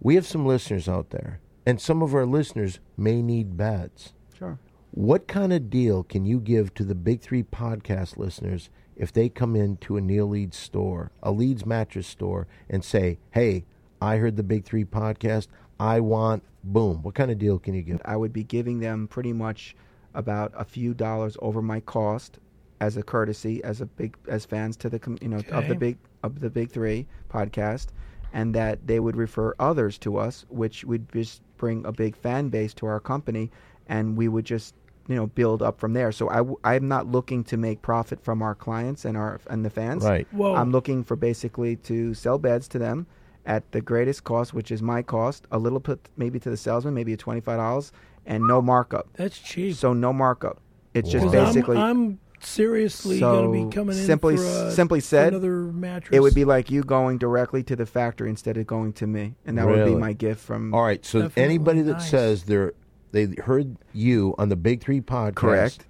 A: We have some listeners out there, and some of our listeners may need beds.
E: Sure.
A: What kind of deal can you give to the Big Three podcast listeners if they come into a Neil Leeds store, a Leeds mattress store, and say, hey, I heard the Big Three podcast. I want, boom. What kind of deal can you give?
E: I would be giving them pretty much about a few dollars over my cost as a courtesy, as a big as fans to the com- you know of
B: Okay.
E: the big of the big three podcast, and that they would refer others to us, which would just bring a big fan base to our company, and we would just you know build up from there. So I w- I'm not looking to make profit from our clients and our and the fans.
A: Right.
B: Whoa.
E: I'm looking for basically to sell beds to them at the greatest cost, which is my cost, a little bit maybe to the salesman, maybe twenty five dollars, and no markup.
B: That's cheap.
E: So no markup. It's just
B: 'Cause I'm-
E: basically
B: I'm, seriously
E: So,
B: going to be coming in
E: simply-
B: for a-
E: simply
B: for
E: said,
B: another mattress.
E: it would be like you going directly to the factory instead of going to me, and that would
A: Really?
E: be my gift from.
A: All right. So
B: Definitely
A: anybody that
B: nice.
A: says they're they heard you on the Big Three podcast,
E: Correct.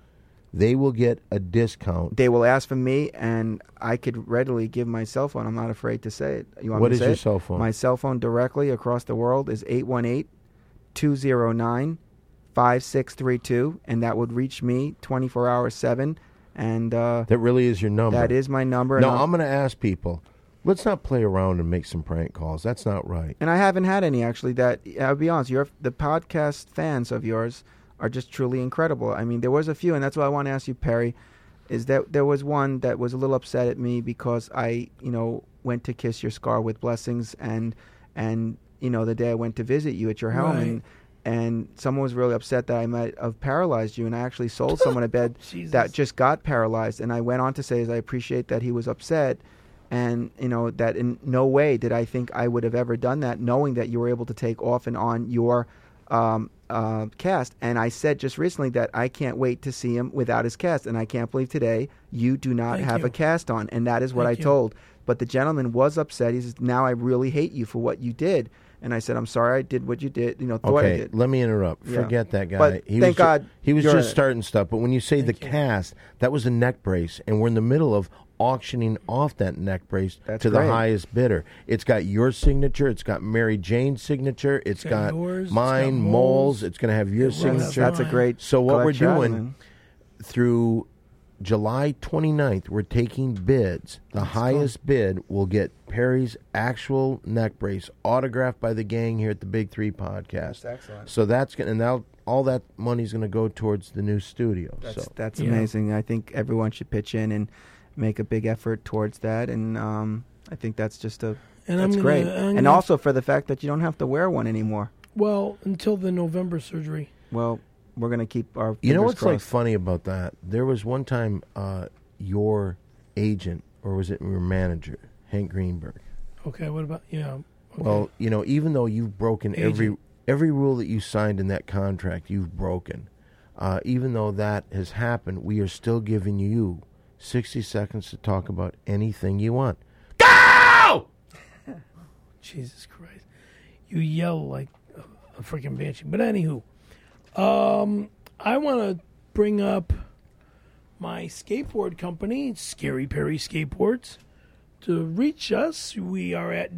A: They will get a discount.
E: They will ask for me, and I could readily give my cell phone. I'm not afraid to say it. You want
A: What
E: me to
A: is
E: say
A: your
E: it?
A: cell phone?
E: My cell phone directly across the world is 818 209 5632, and that would reach me 24 hours 7. And uh,
A: That really is your number.
E: that is my number.
A: Now
E: and,
A: I'm going to ask people. Let's not play around and make some prank calls. That's not right.
E: and I haven't had any actually that, I'll be honest, your, the podcast fans of yours are just truly incredible. I mean, there was a few, and that's why I want to ask you, Perry, is that there was one that was a little upset at me because I, you know, went to kiss your scar with blessings and, and, you know, the day I went to visit you at your home
B: Right.
E: and, and someone was really upset that I might have paralyzed you. And I actually sold someone a bed
B: Jesus.
E: that just got paralyzed. And I went on to say, is I appreciate that he was upset. And, you know, that in no way did I think I would have ever done that, knowing that you were able to take off and on your um, uh, cast. And I said just recently that I can't wait to see him without his cast. And I can't believe today you do not
B: Thank
E: have
B: you.
E: a cast on. And that is what
B: Thank
E: I
B: you.
E: told. But the gentleman was upset. He says, now I really hate you for what you did. And I said, I'm sorry I did what you did, you know, thought I
A: Okay,
E: did.
A: let me interrupt.
E: Yeah.
A: Forget that guy.
E: But
A: he was
E: thank
A: ju-
E: God
A: he was
E: you're
A: just
E: in it.
A: starting stuff. But when you say the cast, that was a neck brace, and we're in the middle of auctioning off that neck brace
E: That's
A: to
E: great.
A: the highest bidder. It's got your signature. It's got Mary Jane's signature. it's
B: got
A: got,
B: yours, it's
A: mine,
B: got
A: Moles.
B: Moles.
A: It's going to have your
B: It
E: That's-
A: signature.
E: That's a
B: Fine.
E: great.
A: So what we're
E: clutch item,
A: doing
E: man.
A: through July 29th, we're taking bids. The highest bid will get Perry's actual neck brace autographed by the gang here at the Big Three podcast.
E: That's excellent.
A: So that's going to, and that, all that money's going to go towards the new studio.
E: That's,
A: so
E: that's
B: Yeah.
E: amazing. I think everyone should pitch in and make a big effort towards that. And um, I think that's just a
B: And I'm
E: that's
B: gonna-
E: great.
B: I'm
E: and
B: gonna-
E: also for the fact that you don't have to wear one anymore.
B: well until the November surgery.
E: Well, we're gonna keep our.
A: you know
E: fingers
A: what's like
E: crossed.
A: funny about that? There was one time uh, your agent, or was it your manager, Hank Greenberg?
B: Okay, what about yeah? Okay.
A: Well, you know, even though you've broken every
B: Agent.
A: every rule that you signed in that contract, you've broken. Uh, even though that has happened, we are still giving you sixty seconds to talk about anything you want.
B: Jesus Christ, you yell like a, a freaking banshee. But anywho, um, I want to bring up my skateboard company, Scary Perry Skateboards. To reach us, we are at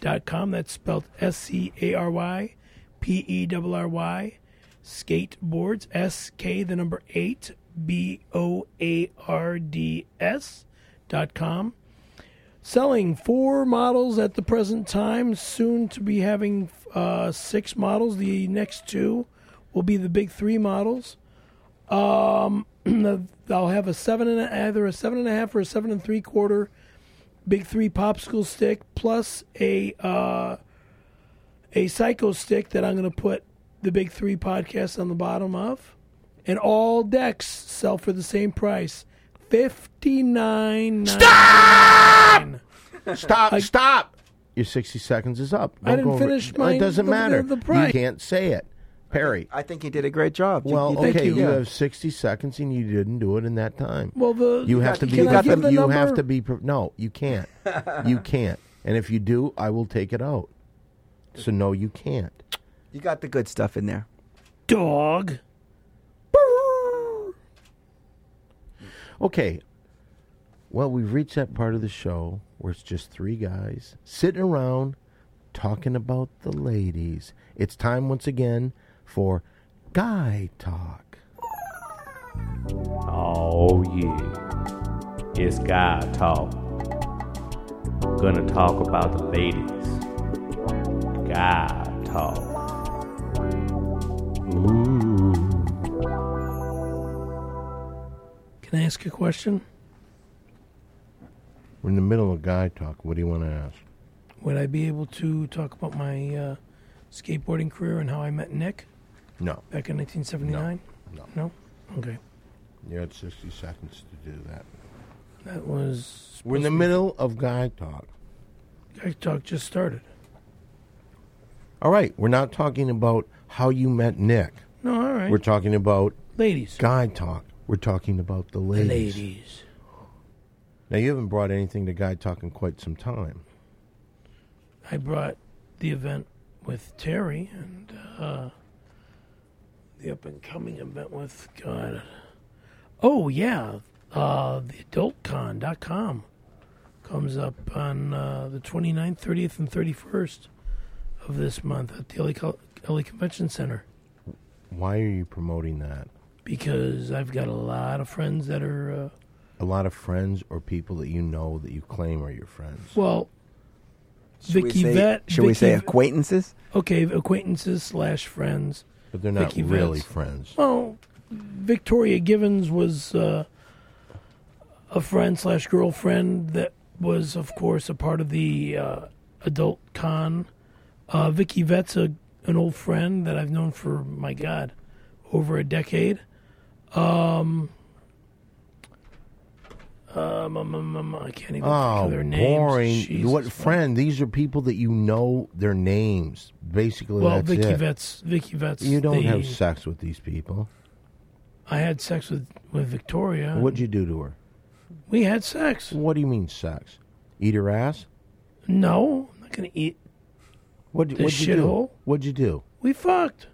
B: www.scaryperryskateboards.com. That's spelled S C A R Y P E R R Y skateboards, S K, the number 8, B O A R D S dot com. Selling four models at the present time, soon to be having uh, six models. The next two will be the big three models. Um, I'll have a seven and a, either a seven and a half or a seven and three quarter big three popsicle stick plus a uh, a psycho stick that I'm going to put the big three podcast on the bottom of, and all decks sell for the same price fifty nine. Stop!
A: Stop! stop! Your sixty seconds is up.
B: I didn't finish my-
A: It doesn't
B: the-
A: matter.
B: the- the
A: you
B: price.
A: can't say it, Perry.
E: I think he did a great job. You-
A: Well,
E: you did-
A: okay,
B: you.
A: you.
E: Yeah.
A: have sixty seconds, and you didn't do it in that time.
B: Well, the
A: you have to be.
B: Can I
E: got
B: give
E: them-
B: the
A: you
B: number?
A: have to be. pre- No, you can't. you can't. And if you do, I will take it out. So no, you can't.
E: you got the good stuff in there.
B: dog.
A: Okay. Well, we've reached that part of the show where it's just three guys sitting around talking about the ladies. It's time once again for guy talk.
F: Oh yeah, it's guy talk. Gonna talk about the ladies. Guy talk. Ooh.
B: Can I ask a question?
A: We're in the middle of guy talk. What do you want to ask?
B: Would I be able to talk about my uh, skateboarding career and how I met Nick
A: No,
B: back in 1979?
A: No,
B: No. Okay.
A: you had sixty seconds to do that.
B: That was
A: We're in the middle of guy talk.
B: I talk just started.
A: All right, we're not talking about how you met Nick.
B: No, all right.
A: We're talking about
B: ladies.
A: guy talk. We're talking about the ladies.
B: Ladies.
A: Now you haven't brought anything to guy talk in quite some time.
B: I brought the event with Terry and uh, the up and coming event with God. Oh yeah, uh, the com comes up on uh, the 29th, 30th, and 31st of this month at the LA, Co- LA Convention Center
A: Why are you promoting that?
B: because I've got a lot of friends that are. Uh,
A: a lot of friends or people that you know that you claim are your friends.
B: Well,
E: Should we
B: Vicky
E: say-
B: Vet.
E: Should we
B: Vicky-
E: say acquaintances?
B: okay, acquaintances slash friends?
A: But they're not
B: Vicky
A: really
B: Vance.
A: friends.
B: Well, Victoria Givens was uh, a friend slash girlfriend that was, of course, a part of the uh, adult con. Uh, Vicky Vett's a, an old friend that I've known for my God, over a decade. Um, um, um, um, I can't even think
A: Oh,
B: of their names.
A: boring.
B: Jesus
A: what
B: Christ.
A: friend? These are people that you know their names. Basically,
B: Well,
A: that's
B: Vicky
A: it.
B: Vets, Vicky Vets.
A: You don't
B: the-
A: have sex with these people.
B: I had sex with with Victoria.
A: What'd you do to her?
B: We had sex.
A: What do you mean sex? Eat her ass?
B: No, I'm not gonna eat.
A: What?
B: The
A: What'd you do?
B: shithole?
A: What'd you do?
B: We fucked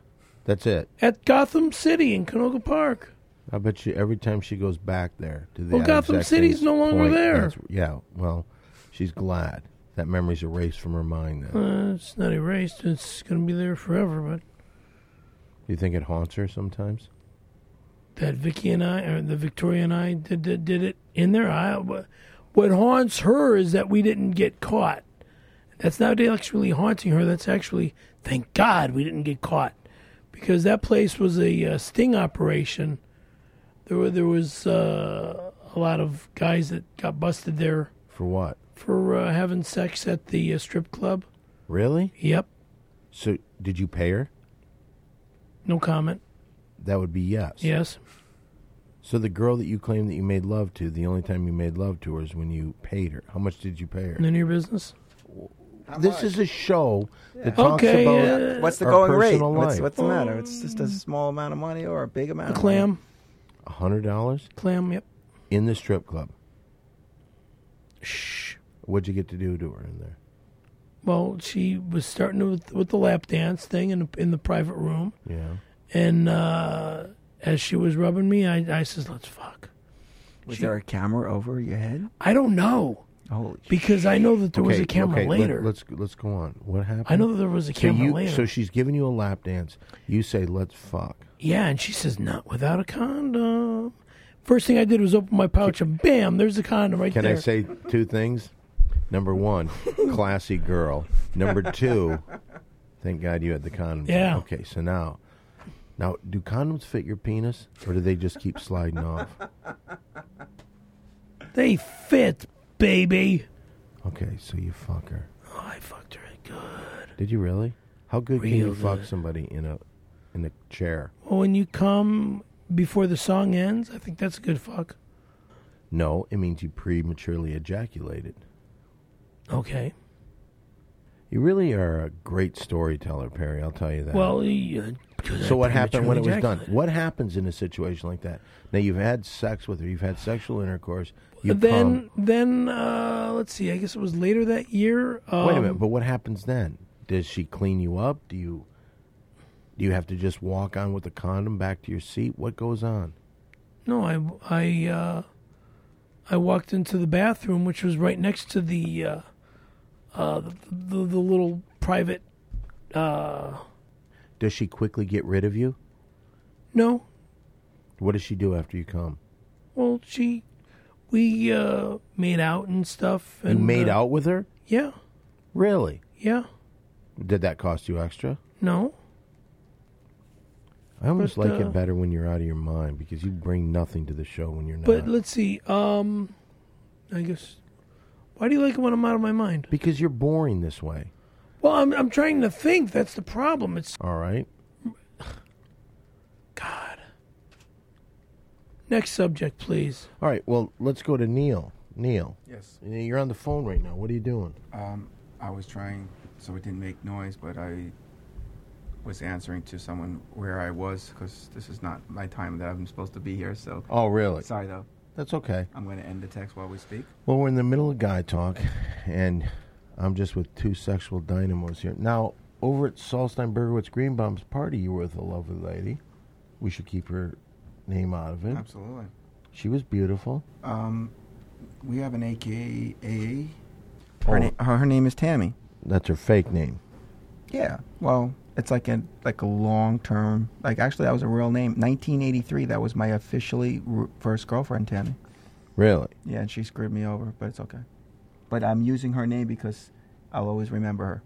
A: That's it.
B: at Gotham City in Canoga Park.
A: I bet you every time she goes back there to the
B: Well,
A: that
B: Gotham
A: exact
B: City's
A: same
B: no longer
A: point,
B: there.
A: that's- Yeah. Well, she's glad that memory's erased from her mind. Then
B: Uh, it's not erased. It's gonna be there forever. But
A: you think it haunts her sometimes?
B: that Vicky and I, or the Victoria and I, did did, did it in there. I, what what haunts her is that we didn't get caught. That's not actually haunting her. That's actually thank God we didn't get caught, because that place was a uh, sting operation. There were there was uh, a lot of guys that got busted there
A: For what?
B: for uh, having sex at the uh, strip club.
A: Really?
B: Yep,
A: So did you pay her?
B: no comment.
A: That would be yes.
B: Yes,
A: So the girl that you claim that you made love to, the only time you made love to her is when you paid her. How much did you pay her?
B: none of your business.
A: This is a show that talks
B: Okay,
A: about
B: yeah.
E: What's the
A: Our
E: going rate?
A: personal
E: What's,
A: life.
E: what's the matter? It's just a small amount of money or a big
B: Mm.
E: amount.
B: A
E: of money?
B: clam,
A: a hundred dollars
B: clam. Yep.
A: in the strip club.
B: Shh.
A: What'd you get to do to her in there?
B: Well, she was starting with, with the lap dance thing in the, in the private room,
A: Yeah.
B: and uh, as she was rubbing me, I, I says, "Let's fuck."
E: Was
B: She-
E: there a camera over your head?
B: I don't know
E: Holy shit.
B: because I know that there was a camera
A: okay,
B: later.
A: Let, us let's go on. What happened?
B: I know that there was a
A: So
B: camera
A: you
B: later.
A: so she's giving you a lap dance. You say let's fuck.
B: yeah, and she says, "Not without a condom." First thing I did was open my pouch, and bam, there's a condom right
A: Can
B: there.
A: I say two things? Number one, classy girl. Number two, thank God you had the condom.
B: Yeah.
A: Okay, so now Now, do condoms fit your penis, or do they just keep sliding off?
B: They fit, baby.
A: Okay, so you fuck her.
B: Oh, I fucked her good.
A: Did you really? How good can
B: Real
A: you fuck
B: good.
A: somebody in a in a chair?
B: Well, when you come before the song ends, I think that's a good fuck.
A: No, it means you prematurely ejaculated.
B: Okay.
A: You really are a great storyteller, Perry. I'll tell you that.
B: Well, yeah,
A: so what happened when it was done?
B: ejaculated.
A: What happens in a situation like that? Now you've had sex with her. You've had sexual intercourse. You
B: then, then uh, let's see. I guess it was later that year. Um,
A: cum. Wait a minute. But what happens then? Does she clean you up? Do you do you have to just walk on with the condom back to your seat? What goes on?
B: No, I I uh, I walked into the bathroom, which was right next to the uh, uh, the, the, the little private. Uh,
A: Does she quickly get rid of you?
B: no,
A: What does she do after you come?
B: well, she we uh, made out and stuff.
A: You
B: And,
A: made
B: uh,
A: out with her?
B: Yeah,
A: Really?
B: yeah.
A: Did that cost you extra?
B: No,
A: I almost
B: But,
A: like
B: uh,
A: it better when you're out of your mind because you bring nothing to the show when you're not.
B: but let's see. Um, I guess. Why do you like it when I'm out of my mind?
A: because you're boring this way.
B: Well, I'm I'm trying to think. That's the problem. It's
A: All right.
B: God. Next subject, please.
A: All right. Well, let's go to Neil. Neil,
E: Yes.
A: you're on the phone right now. What are you doing?
E: Um, I was trying so it didn't make noise, but I was answering to someone where I was because this is not my time that I'm supposed to be here. So
A: Oh, really?
E: sorry though.
A: That's okay.
E: I'm going to end the text while we speak.
A: Well, we're in the middle of guy talk, and I'm just with two sexual dynamos here. Now, over at Salstein Bergowitz Greenbaum's party, you were with a lovely lady. We should keep her name out of it.
E: Absolutely.
A: She was beautiful.
E: Um, we have an AKA.
A: Oh.
E: Her, na- her, her name is Tammy.
A: That's her fake name.
E: Yeah. Well, it's like a like a long term. Like actually, that was a real name. 1983. That was my officially r- first girlfriend, Tammy.
A: Really?
E: Yeah, and she screwed me over, but it's okay. But I'm using her name because I'll always remember her.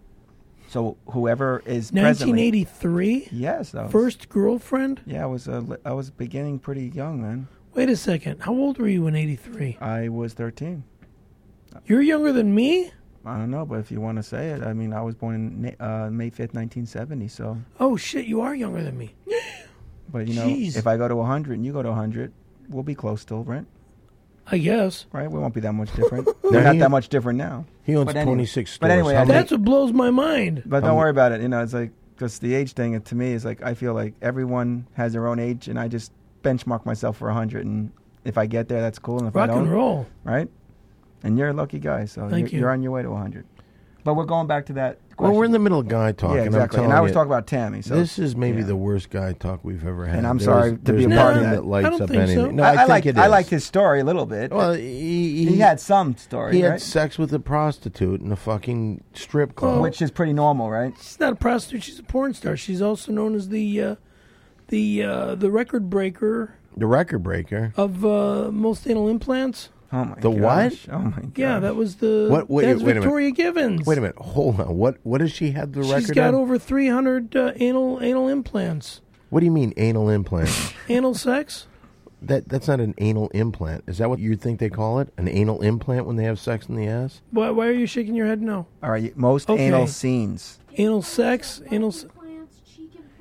E: So whoever is presently,
B: 1983.
E: yes, I was,
B: First girlfriend?
E: Yeah, I was uh, li- I was beginning pretty young then.
B: Wait a second. How old were you in 83?
E: I was 13. Uh,
B: You're younger than me?
E: I don't know, but if you want to say it, I mean, I was born in Na- uh, May 5th, 1970. So,
B: Oh shit, you are younger than me.
E: but you know,
B: Jeez.
E: if I go to 100 and you go to 100, we'll be close still, Brent.
B: I guess.
E: Right? We won't be that much different.
A: No,
E: We're not
A: he-
E: that much different now.
A: He owns
E: But anyway-
A: 26 stores.
E: but anyway,
A: How
E: I
A: many-
B: That's what blows my mind.
E: But don't
A: Um,
E: worry about it. You know, it's like because the age thing it, to me is like I feel like everyone has their own age, and I just benchmark myself for hundred. And if I get there, that's cool. And if
B: Rock
E: I don't,
B: and roll.
E: right? And you're a lucky guy, so
B: Thank
E: you're,
B: you.
E: are on your way to hundred. But we're going back to that.
A: well,
E: Question.
A: we're in the middle of guy talk.
E: yeah,
A: and I'm
E: exactly.
A: telling
E: And I was
A: you,
E: talking about Tammy. So
A: this is maybe
E: yeah.
A: the worst guy talk we've ever had.
E: And I'm
A: There's-
E: sorry to be
A: there's
E: a part of
A: nothing
E: that.
A: that lights
B: I don't
A: up
B: think
A: anything.
B: so.
A: No,
E: I,
A: I, think
E: like
A: it is.
E: I liked his story a little bit.
A: Well,
E: Well,
A: he,
E: he, had some story,
A: he had
E: right?
A: sex with a prostitute in a fucking
B: Oh.
A: strip club.
E: which is pretty normal, right?
B: She's not a prostitute, she's a porn star. She's also known as the uh, the uh, the record breaker
A: the record breaker.
B: of uh, most anal implants.
E: Oh my
A: The what?
E: gosh. Oh my god.
B: Yeah, that was the
A: What- wait-
B: that's
A: wait a minute.
B: Victoria Givens.
A: Wait a minute, hold on. What what does she have the
B: She's
A: record?
B: got
A: on?
B: over 300 uh, anal anal implants.
A: what do you mean anal implant?
B: Anal sex?
A: that that's not an anal implant. Is that what you think they call it? An anal implant when they have sex in the ass?
B: Why, why are you shaking your head no?
E: All right. Most
B: Okay.
E: anal scenes.
B: Anal sex, anal s-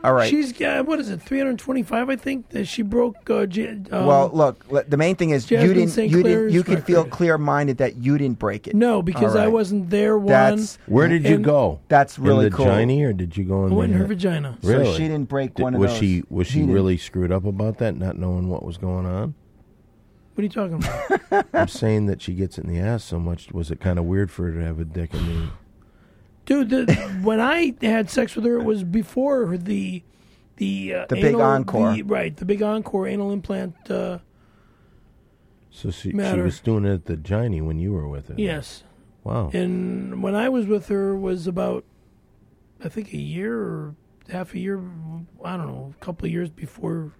E: All right.
B: She's got what is it, 325? I think that she broke. Uh, J- um,
E: well, look, le- the main thing is
B: Jasmine
E: you didn't.
B: St.
E: You didn't.
B: Clair's
E: You could feel
B: record.
E: clear-minded that you didn't break it.
B: no, because
E: All
B: I
E: right.
B: wasn't there. One,
E: That's
A: Where did you
B: And-
A: go?
E: that's really
A: in the
E: cool.
A: Johnny, or did you go in
B: I went
A: the,
B: in her vagina.
A: Really?
E: So she didn't break
A: Did-
E: one of
A: was
E: those.
A: she was she
E: He didn't.
A: really screwed up about that, not knowing what was going on?
B: What are you talking about?
A: I'm saying that she gets it in the ass so much. Was it kind of weird for her to have a dick in the?
B: Dude, the, when I had sex with her, it was before the. The, uh,
E: The big
B: anal-
E: encore.
B: the- right? The big encore anal implant. Uh,
A: So she, she
B: Matter.
A: was doing it at the Johnny when you were with her.
B: yes,
A: Wow.
B: and when I was with her was about, I think a year or half a year. I don't know, a couple of years before.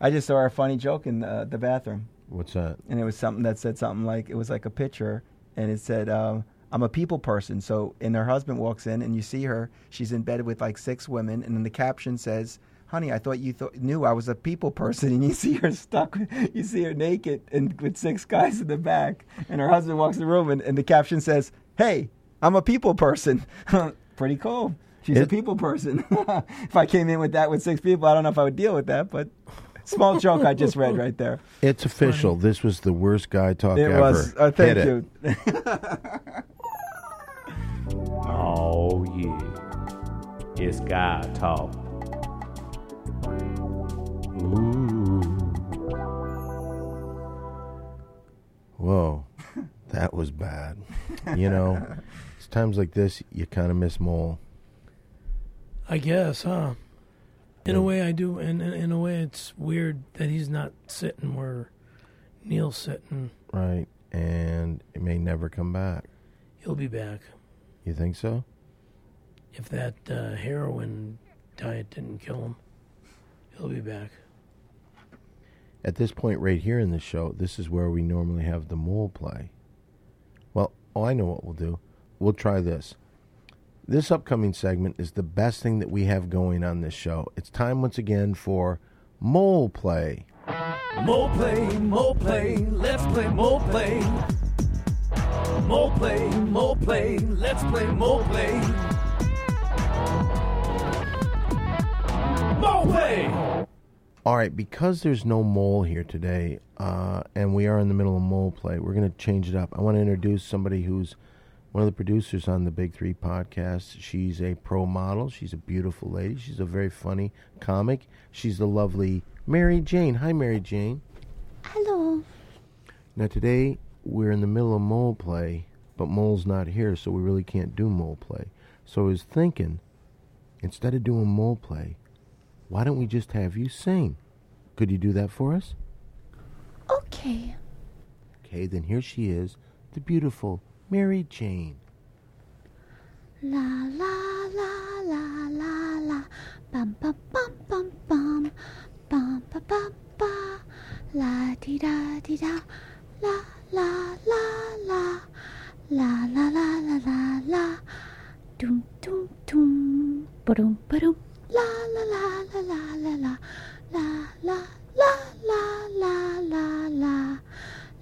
E: I just saw a funny joke in uh, the, the bathroom,
A: What's that?
E: and it was something that said something like it was like a picture, and it said, um, "I'm a people person." So, and her husband walks in, and you see her. She's in bed with like six women, and then the caption says. honey, I thought you thought knew I was a people person, and you see her stuck, you see her naked and with six guys in the back, and her husband walks in the room, and, and the caption says, "Hey, I'm a people person." Pretty cool. She's a
A: It-
E: people person. if I came in with that with six people, I don't know if I would deal with that, but small joke I just read right there.
A: It's official. This was the worst guy talk
E: It
A: ever.
E: was. Uh, thank
A: Hit it.
E: you.
F: Oh, yeah. It's guy talk. Ooh.
A: Whoa, that was bad. You know, it's times like this you kind of miss Mole.
B: I guess, huh? In a way, I do, and in, in a way, it's weird that he's not sitting where Neil's sitting.
A: Right. And it may never come back.
B: He'll be back
A: You think so?
B: if that uh, heroin diet didn't kill him. He'll be back.
A: At this point, right here in the show, this is where we normally have the mole play. Well, oh, I know what we'll do. We'll try this. This upcoming segment is the best thing that we have going on this show. It's time once again for mole play.
D: More play, more play, let's play more play. More play, more play, let's play more play. More play!
A: All right, because there's no mole here today, uh, and we are in the middle of mole play, we're going to change it up. I want to introduce somebody who's one of the producers on the Big Three podcast. She's a pro model. She's a beautiful lady. She's a very funny comic. She's the lovely Mary Jane. Hi, Mary Jane.
G: Hello.
A: Now, today we're in the middle of mole play, but mole's not here, so we really can't do mole play. So I was thinking, instead of doing mole play, why don't we just have you sing? Could you do that for us?
G: Okay.
A: Okay, then here she is, the beautiful Mary Jane.
G: La la la la la la. Bum bum bum bum bum. Bum ba ba ba. La di da di da. La la la la. La la la la la la. Dum dum dum. Ba-dum ba-dum. La la la la la la la. La la la la la la la.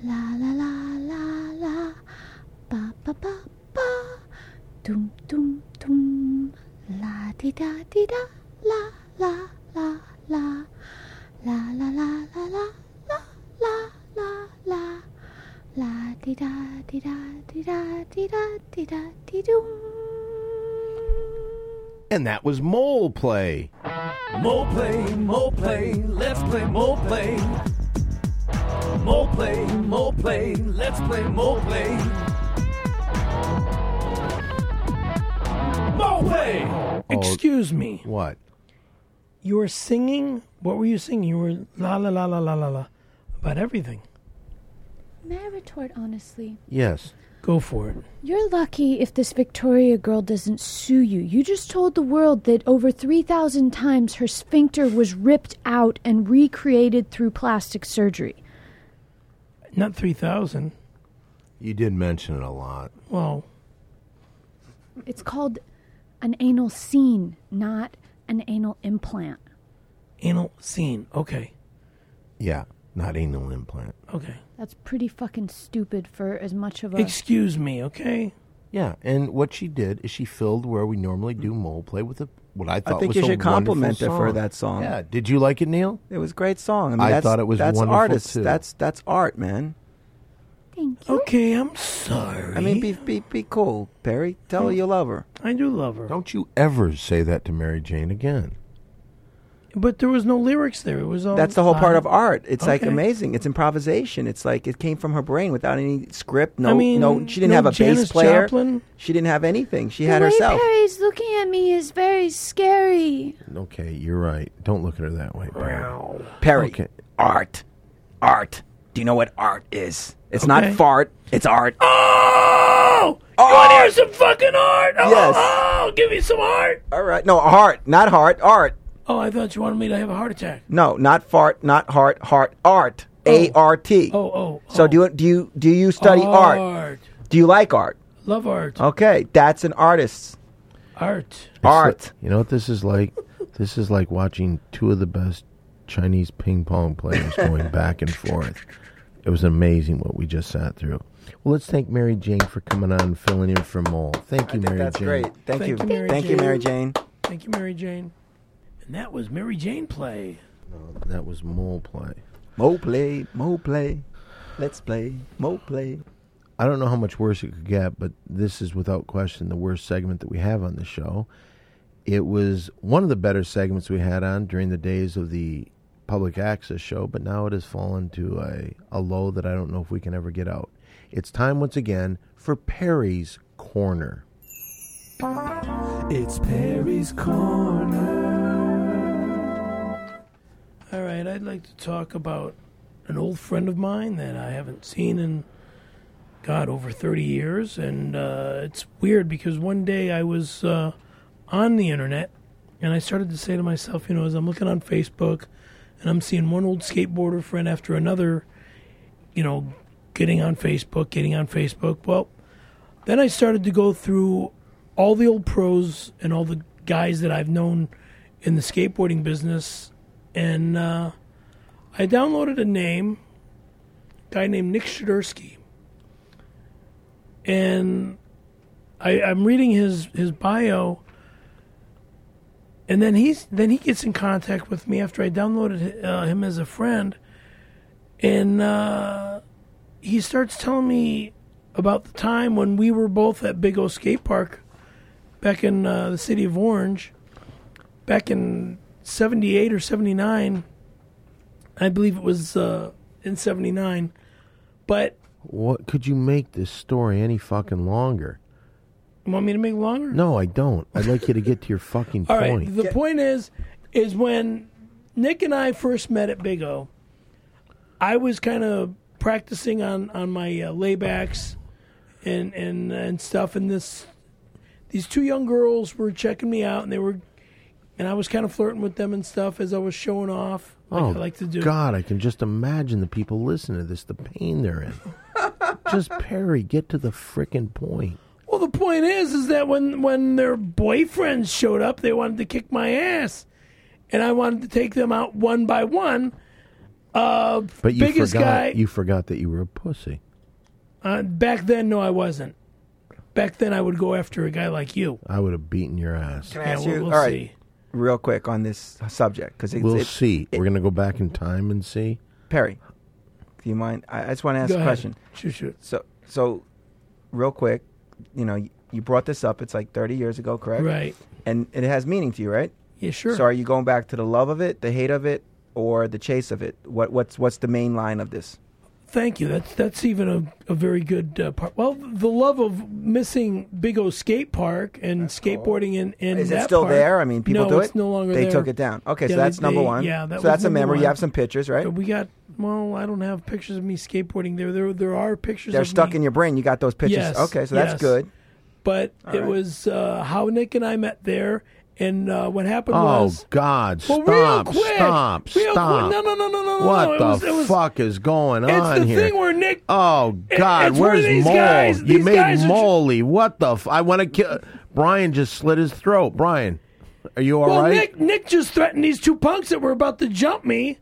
G: La la la la la. Ba ba ba ba. Dum dum dum, la di da di da, la la la la, la la la la la la la la la, la di da di da di da di da di da di dum.
A: And that was mole play.
D: More play, more play, let's play more play. More play, more play, let's play more play. More play!
B: Excuse me.
A: What?
B: You were singing. What were you singing? You were la la la la la la la about everything.
G: May I retort honestly?
A: Yes.
B: Go for it.
G: You're lucky if this Victoria girl doesn't sue you. You just told the world that over 3,000 times her sphincter was ripped out and recreated through plastic surgery.
B: Not three thousand.
A: You did mention it a lot.
B: Well,
G: It's called an anal scene, not an anal implant.
B: anal scene. Okay.
A: Yeah, not anal implant.
B: Okay.
G: That's pretty fucking stupid for as much of a.
B: Excuse me. Okay.
A: Yeah, and what she did is she filled where we normally do mole play with a what I thought
E: think
A: was
E: you
A: a
E: should
A: wonderful
E: compliment her for
A: song.
E: that song.
A: Yeah, did you like it, Neil?
E: It was a great song. I, mean,
A: I
E: that's,
A: thought it was
E: that's
A: wonderful,
E: artists.
A: too.
E: That's that's art, man.
G: Thank you.
B: Okay. I'm sorry.
E: I mean, be be, be cool, Perry. Tell her you love her.
B: I do love her,
A: Don't you ever say that to Mary Jane again.
B: but there was no lyrics there. It was all.
E: That's the whole part of
B: silent.
E: art. It's like
B: Oh, Okay.
E: amazing. It's improvisation. It's like it came from her brain without any script. No,
B: I mean,
E: no. She didn't
B: no
E: have a
B: Janis
E: bass player.
B: Joplin?
E: She didn't have anything. She
G: The
E: had
G: way
E: herself.
G: Perry's looking at me is very scary.
A: Okay, you're right. Don't look at her that way. Barry.
E: Perry.
A: Okay.
E: Art. Art. Do you know what art is? It's
B: Okay.
E: not fart. It's art.
B: Oh, you want to hear some fucking art? Oh,
E: Yes.
B: oh, give me some art.
E: All right. No, heart. Not heart. Art.
B: Oh, I thought you wanted me to have a heart attack.
E: No, not fart. Not heart. Heart. Art. A R T.
B: Oh, oh.
E: So
B: oh.
E: do you do you do you study art? Do you like art?
B: Love art.
E: Okay, that's an artist.
B: Art.
E: Art.
A: You know what this is like? This is like watching two of the best Chinese ping pong players going back and forth. It was amazing what we just sat through. Well, let's thank Mary Jane for coming on and filling in for Mole. Thank
E: I
A: you,
E: think
A: Mary
E: that's
A: Jane.
E: great. Thank,
B: Thank
E: you.
B: you, Mary
E: Thank you, Mary Jane.
B: Thank you, Mary Jane. And that was Mary Jane play.
A: That was Mole play.
E: Mo play, mo play. Let's play, mo play.
A: I don't know how much worse it could get, but this is without question the worst segment that we have on the show. It was one of the better segments we had on during the days of the public access show, but now it has fallen to a, a low that I don't know if we can ever get out. It's time once again for Perry's Corner.
D: It's Perry's Corner.
B: All right, I'd like to talk about an old friend of mine that I haven't seen in, God, over 30 years. And uh, it's weird because one day I was uh, on the internet and I started to say to myself, you know, as I'm looking on Facebook and I'm seeing one old skateboarder friend after another, you know, getting on Facebook, getting on Facebook. Well, then I started to go through all the old pros and all the guys that I've known in the skateboarding business, and uh, I downloaded a name, a guy named Nick Shadursky, and I, I'm reading his his bio, and then he's then he gets in contact with me after I downloaded uh, him as a friend, and. Uh, he starts telling me about the time when we were both at Big O Skate Park back in uh, the city of Orange, back in 78 or 79. I believe it was uh, in 79. But
A: What could you make this story any fucking longer?
B: you want me to make it longer?
A: No, I don't. I'd like you to get to your fucking
B: All right.
A: point.
B: The point is, is when Nick and I first met at Big O, I was kind of practicing on on my uh, laybacks and and and stuff. And this, these two young girls were checking me out, and they were, and I was kind of flirting with them and stuff as I was showing off, like I like to do.
A: Oh, God, I can just imagine the people listening to this, the pain they're in. just Perry, get to the frickin' point.
B: Well, the point is, is that when when their boyfriends showed up, they wanted to kick my ass, and I wanted to take them out one by one. Uh,
A: But you
B: biggest
A: forgot
B: guy,
A: you forgot that you were a pussy.
B: Uh, back then, no, I wasn't. Back then, I would go after a guy like you.
A: I would have beaten your ass.
E: I ask
B: we'll,
E: you-
B: we'll
E: all
B: see.
E: right. Real quick on this subject, because it's,
A: We'll
E: it's
A: see. we're gonna go back in time and see.
E: Perry. Do you mind? I, I just want to ask
B: Go
E: a
B: ahead.
E: question.
B: Shoot, shoot.
E: So, so, real quick, you know, you, you brought this up. It's like 30 years ago, correct?
B: Right.
E: And it has meaning to you, right?
B: Yeah, sure.
E: So, are you going back to the love of it, the hate of it, or the chase of it? What what's what's the main line of this?
B: Thank you. That's that's even a, a very good uh, part. Well, the love of missing Big O Skate Park and skateboarding in in
E: Is it
B: that
E: still
B: park-
E: there? I mean, people
B: no,
E: do it.
B: it's no longer
E: they
B: there.
E: took it down. Okay,
B: Yeah,
E: so that's
B: they-
E: number
B: they-
E: one.
B: yeah, that
E: so
B: was
E: that's a
B: number
E: memory. You
B: one.
E: have some pictures, right?
B: But we got well. I don't have pictures of me skateboarding there. There there are pictures.
E: They're
B: of
E: stuck
B: me.
E: in your brain. You got those pictures.
B: Yes,
E: okay, so
B: yes.
E: that's good.
B: But it
E: right.
B: was uh, how Nick and I met there, and uh, what happened
A: Oh
B: was.
A: God!
B: Well,
A: Stop!
B: real quick,
A: Stop!
B: real
A: Stop!
B: Quick, no, no, no, no, no, no,
A: what
B: no. It
A: the
B: was, it was,
A: fuck is going
B: It's
A: on
B: the
A: here?
B: thing where Nick.
A: Oh God!
B: it's one of
A: Where's
B: these
A: Mole?
B: guys-
A: you
B: these
A: made
B: guys are ju-
A: Moley. What the? F- I want to kill. Brian just slit his throat. Brian, are you all right?
B: well, Nick, Nick just threatened these two punks that were about to jump me,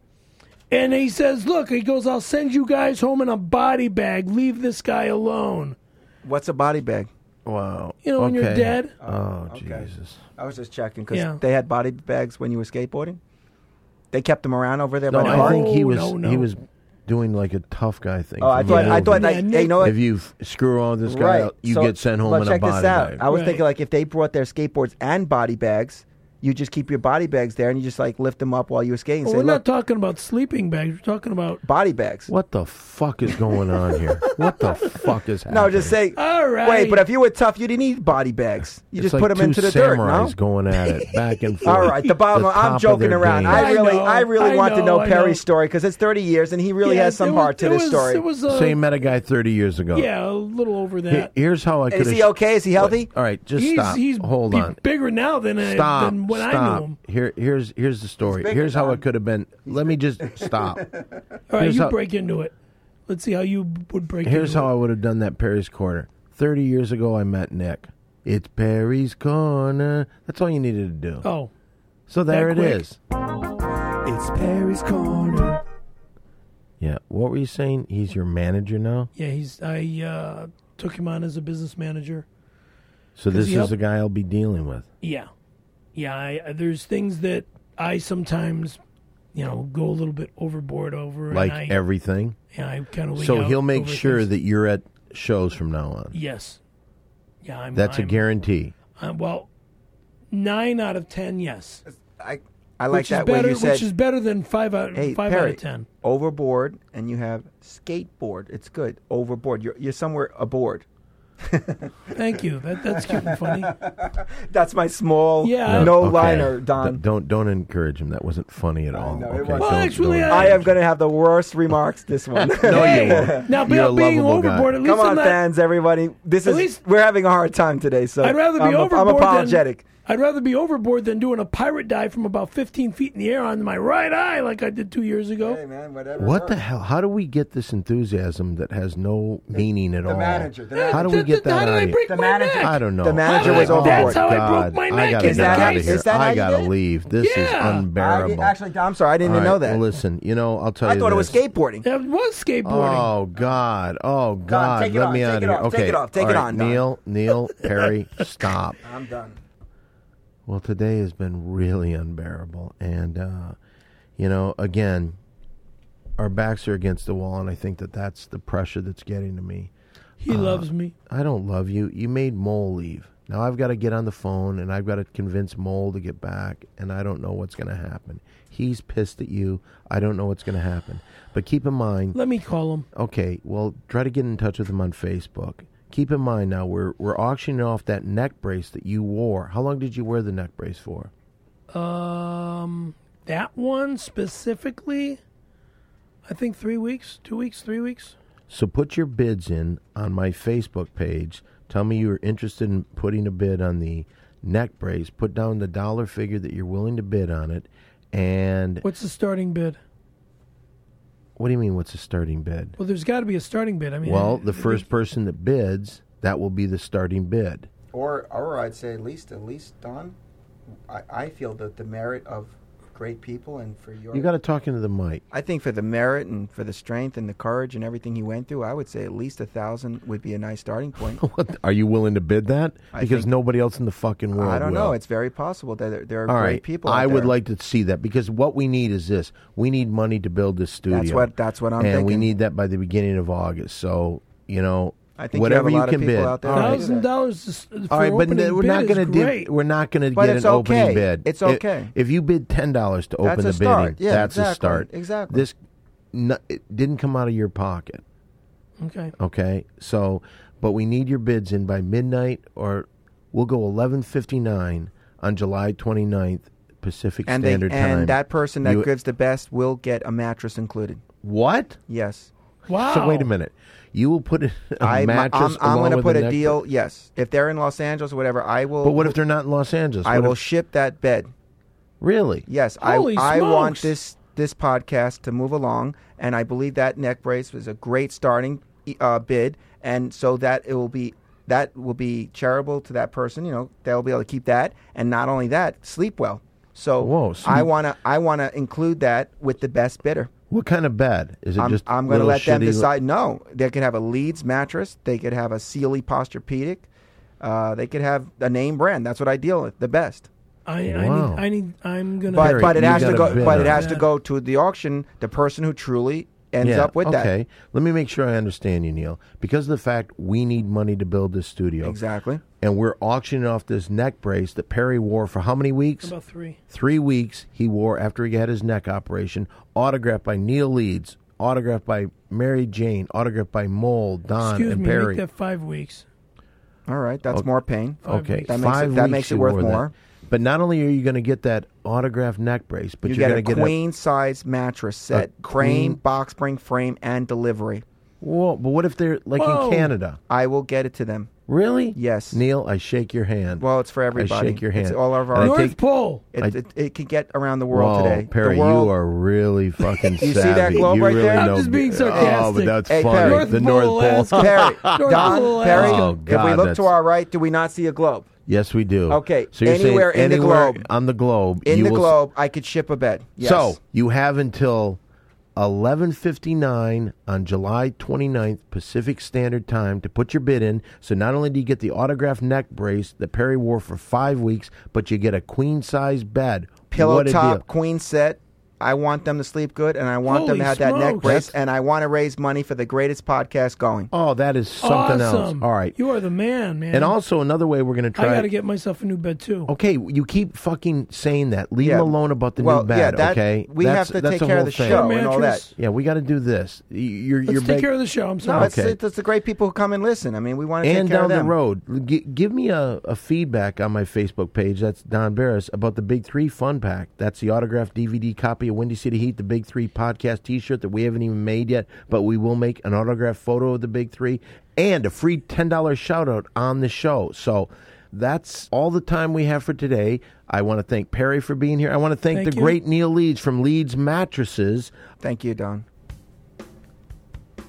B: and he says, "Look," he goes, "I'll send you guys home in a body bag. Leave this guy alone."
E: What's a body bag?
A: Wow.
B: You know, when you're
A: Okay.
B: dead.
A: Oh,
E: okay.
A: Jesus.
E: I was just checking because
B: Yeah.
E: they had body bags when you were skateboarding. They kept them around over there
A: No,
E: by the
B: No,
A: I
E: bar.
A: think he was
B: no, no.
A: he was doing like a tough guy thing.
E: oh, I
A: from
E: thought
A: the
E: I thought
A: movie.
E: like,
B: Yeah,
E: hey, you know what?
A: if you f- screw on this guy,
E: right?
A: out, you
E: So-
A: get sent home
E: but
A: in
E: check
A: a body
E: this out.
A: bag.
E: I was
B: Right.
E: thinking like if they brought their skateboards and body bags, you just keep your body bags there and you just like lift them up while you were skating.
B: Well,
E: say,
B: we're
E: look,
B: not talking about sleeping bags. We're talking about
E: body bags.
A: What the fuck is going on here? what the fuck is happening?
E: No, just say.
B: all right.
E: Wait, but if you were tough, you didn't need body bags. You
A: It's
E: just
A: like
E: put them
A: two
E: into the dirt.
A: samurais
E: No?
A: going at it back and forth.
E: All right, the bottom.
A: The top
E: I'm
A: of
E: joking
A: their
E: around.
A: game.
E: I
B: I
E: really,
B: know,
E: I really
B: I
E: want to
B: know,
E: know
B: I
E: Perry's
B: know.
E: story because it's 30 years and he really
B: Yeah,
E: has some
B: it
E: heart
B: was-
E: to
B: it
E: this
B: was-
E: story.
B: It was uh,
A: so you met a guy thirty years ago.
B: yeah, a little over
A: He-
B: that.
A: Here's how I could.
E: Is he okay? Is he healthy?
A: All right, just
B: he's
A: stop.
B: he's
A: Hold
B: be-
A: on.
B: bigger now than I,
A: Stop.
B: than when
A: stop.
B: I knew him.
A: Here, here's here's the story.
E: bigger,
A: Here's how
E: Don.
A: it could have been. Let me just stop.
B: All right,
A: Here's
B: you
A: how-
B: break into it. Let's see how you would break.
A: Here's
B: into
A: how
B: It.
A: I would have done that Perry's Corner. 30 years ago, I met Nick. It's Perry's Corner. That's all you needed to do.
B: Oh,
A: So there it
B: quick.
A: is.
D: It's Perry's Corner.
A: Yeah. What were you saying? He's your manager now.
B: Yeah, he's. I uh, took him on as a business manager.
A: So this
B: he
A: is
B: helped-
A: the guy I'll be dealing with.
B: Yeah, yeah. I, I- there's things that I sometimes, you know, go a little bit overboard over.
A: Like
B: and I,
A: everything.
B: yeah, I kind of.
A: So he'll make sure that you're at shows from now on.
B: Yes. Yeah, I'm.
A: That's a
B: I'm-
A: guarantee.
B: I'm- well, nine out of ten, yes.
E: I I like
B: which
E: that
B: is better.
E: way you said
B: which is better than five out.
E: Hey,
B: five
E: Perry,
B: out of ten.
E: overboard, and you have skateboard. It's good. Overboard. You're you're somewhere aboard.
B: Thank you. That, that's cute and funny.
E: That's my small
B: Yeah.
E: no
A: Okay.
E: liner,
A: D-
E: Don.
A: don't don't encourage him. That wasn't funny at all.
E: know, it
A: Okay,
E: wasn't.
B: Well,
A: don't-
B: actually,
A: don't-
B: I-
E: I am going to have the worst remarks this one.
A: No, you
B: Hey,
A: won't.
B: Now,
A: You're a
B: about being
A: lovable guy.
B: overboard, at least
E: Come on,
B: I'm not.
E: fans, everybody. This
B: At
E: is
B: least-
E: we're having a hard time today, so
B: I'd rather be
E: I'm,
B: overboard.
E: I'm
B: than-
E: apologetic.
B: I'd rather be overboard than doing a pirate dive from about 15 feet in the air on my right eye, like I did two years ago.
E: man, whatever.
A: What the hell? How do we get this enthusiasm that has no meaning at all?
E: manager, the
A: How do we
B: Th-
A: get
B: th-
A: that
B: how
A: out
B: did I
A: of here?
B: break
E: The
B: my
E: manager-
B: neck?
A: I don't know.
E: The manager
B: was
A: Oh,
E: overboard.
A: God.
E: That's how
B: I broke my neck.
A: I gotta
B: Is
A: get
B: that
A: out
B: how-
A: of here.
E: is that how
A: I
E: you
A: gotta
E: did it?
A: leave. This is
B: Yeah.
A: unbearable.
E: actually, I'm sorry, I didn't
A: All
E: even
A: right,
E: know that.
A: Well, listen, you know, I'll tell
E: I
A: you.
E: thought it was
A: this.
E: skateboarding.
B: That was skateboarding.
A: Oh God! Oh God!
E: take it
A: Let
E: off,
A: me
E: take
A: out of
E: it
A: here.
E: off,
A: okay,
E: take it off, take
A: all
E: it
A: right,
E: on, Don.
A: Neil, Neil, Perry, stop.
E: I'm done.
A: Well, today has been really unbearable. And, uh, you know, again, our backs are against the wall, and I think that that's the pressure that's getting to me.
B: he
A: uh.
B: loves me.
A: I don't love you. You made Mole leave. Now I've got to get on the phone and I've got to convince Mole to get back, and I don't know what's going to happen. He's pissed at you. I don't know what's going to happen. But keep in mind,
B: Let me call him.
A: okay, well, try to get in touch with him on Facebook. Keep in mind now, we're, we're auctioning off that neck brace that you wore. How long did you wear the neck brace for?
B: Um, that one specifically, I think three weeks, two weeks, three weeks.
A: So put your bids in on my Facebook page. Tell me you're interested in putting a bid on the neck brace. Put down the dollar figure that you're willing to bid on it. And
B: What's the starting bid?
A: what do you mean, what's the starting bid?
B: Well, there's got to be a starting bid. I mean,
A: Well, the first person that bids, that will be the starting bid.
E: Or, or I'd say at least, at least, Don, I, I feel that the merit of great people and for your.
A: You got to talk into the mic.
E: I think for the merit and for the strength and the courage and everything he went through, I would say at least a thousand would be a nice starting point.
A: What, are you willing to bid that?
E: I
A: Because
E: think-
A: nobody else in the fucking world
E: I don't
A: will.
E: know. It's very possible that there, there are
A: All
E: great
A: right,
E: people.
A: I
E: out
A: would
E: there.
A: like to see that because what we need is this: we need money to build this studio.
E: what- that's what I'm
A: And we
E: thinking.
A: need that by the beginning of August. So you know,
E: I think you
A: whatever
E: have a lot of
A: can
E: people
A: bid.
E: out there
A: All right,
E: that-
B: thousand dollars for
A: all right, but
B: opening
A: n- we're
B: bid
A: not
B: is
A: going to
B: great.
A: we're not going to
E: But
A: get an
E: it's
A: opening
E: okay.
A: bid.
E: It's
A: If-
E: okay.
A: If, you bid ten dollars to open
E: That's
A: the
E: a start.
A: bidding,
E: Yeah,
A: that's a
E: exactly,
A: start.
E: exactly.
A: This n- it didn't come out of your pocket.
B: Okay.
A: Okay, so but we need your bids in by midnight, or we'll go eleven fifty nine on July 29th Pacific
E: and they,
A: Standard
E: and
A: Time.
E: that person that
A: You-
E: gives the best will get a mattress included.
A: what?
E: Yes,
B: Wow.
A: So wait a minute. You will put in a
E: I,
A: mattress.
E: I'm,
A: going
E: I'm going
A: to
E: to put a deal. Yes, if they're in Los Angeles or whatever, I will.
A: But what if they're not in Los Angeles?
E: I
A: What
E: will
A: if-
E: ship that bed.
A: really.
E: Yes,
B: Holy
E: I I want
B: smokes.
E: this this podcast to move along, and I believe that neck brace was a great starting uh, bid, and so that it will be that will be charitable to that person. You know, they'll be able to keep that, and not only that, sleep well. So
A: Whoa, so
E: I
A: you-
E: wanna I wanna include that with the best bidder.
A: What kind of bed is it?
E: I'm,
A: just
E: I'm going to
A: little
E: let them
A: shitty li-
E: decide. No, they could have a Leeds mattress. They could have a Sealy posturepedic. Uh, they could have a name brand. That's what I deal with the best.
B: I,
A: Wow.
B: I need. I need. I'm gonna.
E: But
A: Barry,
E: but it
A: you
E: has to
A: gotta
E: go.
A: bid
E: But
A: on
E: it has
B: it.
E: to go to the auction. The person who truly ends
A: yeah,
E: up with
A: okay.
E: that.
A: Let me make sure I understand you, Neil. Because of the fact we need money to build this studio,
E: Exactly.
A: and we're auctioning off this neck brace that Perry wore for how many weeks?
B: about three.
A: Three weeks he wore after he had his neck operation, autographed by Neil Leeds, autographed by Mary Jane, autographed by Mole, Don,
B: Excuse
A: and
B: me.
A: Perry.
B: Make that five weeks.
E: All right. That's
A: Okay. Oh,
E: more pain.
B: Five
A: Okay,
B: weeks.
E: Um, That makes it-
A: five
E: that
A: weeks
E: makes it
A: you
E: worth
A: wore that.
E: more.
A: But not only are you going to get that autographed neck brace, but
E: You
A: are
E: get a
A: going to get
E: queen size mattress set,
A: queen-
E: crane, box spring frame, and delivery.
A: a. Whoa! But what if they're like
B: Whoa.
A: in Canada?
E: I will get it to them.
A: Really?
E: Yes.
A: Neil, I shake your hand.
E: Well, it's for everybody.
A: shake your
E: It's
A: hand.
E: all of
A: I
E: our.
B: North
A: take-
B: Pole.
E: It,
A: I-
E: it, it could get around the
A: Whoa,
E: world today. The
A: Perry,
E: world-
A: you are really fucking savvy.
E: You see that globe
A: You
E: right
A: really
E: there?
A: Know
E: I'm
B: just being
A: Oh, but
B: sarcastic.
A: that's
E: Hey,
A: funny.
E: Perry.
A: the
B: North Pole,
A: North Pole.
B: Alaska.
E: Perry,
B: North
E: Don,
B: Pole,
E: Perry.
A: Oh,
E: if
A: God,
E: we look
A: that's-
E: to our right, do we not see a globe?
A: Yes, we do.
E: Okay,
A: So you're
E: anywhere
A: saying
E: in the
A: anywhere
E: globe.
A: on the globe.
E: In
A: you
E: the
A: will-
E: globe, I could ship a bed. Yes.
A: So you have until 11:59 on July 29th Pacific Standard Time to put your bid in. So not only do you get the autographed neck brace that Perry wore for five weeks, but you get a queen size bed.
E: pillow
A: What a
E: top
A: deal.
E: queen set. I want them to sleep good, and I want
B: Holy
E: them to have that neck
B: smokes.
E: brace, and I want to raise money for the greatest podcast going.
A: Oh, that is something else.
B: awesome.
A: All right.
B: You are the man, man.
A: and also another way we're going to
B: I
A: try.
B: got to get myself a new bed too.
A: okay, you keep fucking saying that. Leave
E: Yeah.
A: him alone about the
E: Well,
A: new bed.
E: yeah, that-
A: okay,
E: we
A: That's-
E: have to
A: that's
E: take
A: a
E: care of
A: whole
E: the
A: thing.
E: show and all
B: Mattress.
E: that.
A: Yeah, we got to do this. Y- You're,
B: Let's
A: you're
B: take
A: beg-
B: care of the show. I'm
E: No,
B: sorry.
E: it's, it's, it's the great people who come and listen. I mean, we want to
A: and
E: take care
A: down
E: of
A: the
E: them.
A: road. G- give me a, a feedback on my Facebook page. That's Don Barris about the Big Three Fun Pack. That's the autographed DVD copy of Windy City Heat, the Big Three podcast T-shirt that we haven't even made yet, but we will make an autographed photo of the Big Three and a free ten dollars shout out on the show. So. That's all the time we have for today. I want to thank Perry for being here. I want to thank,
B: Thank
A: the
B: you.
A: great Neil Leeds from Leeds Mattresses
E: Thank you, Don.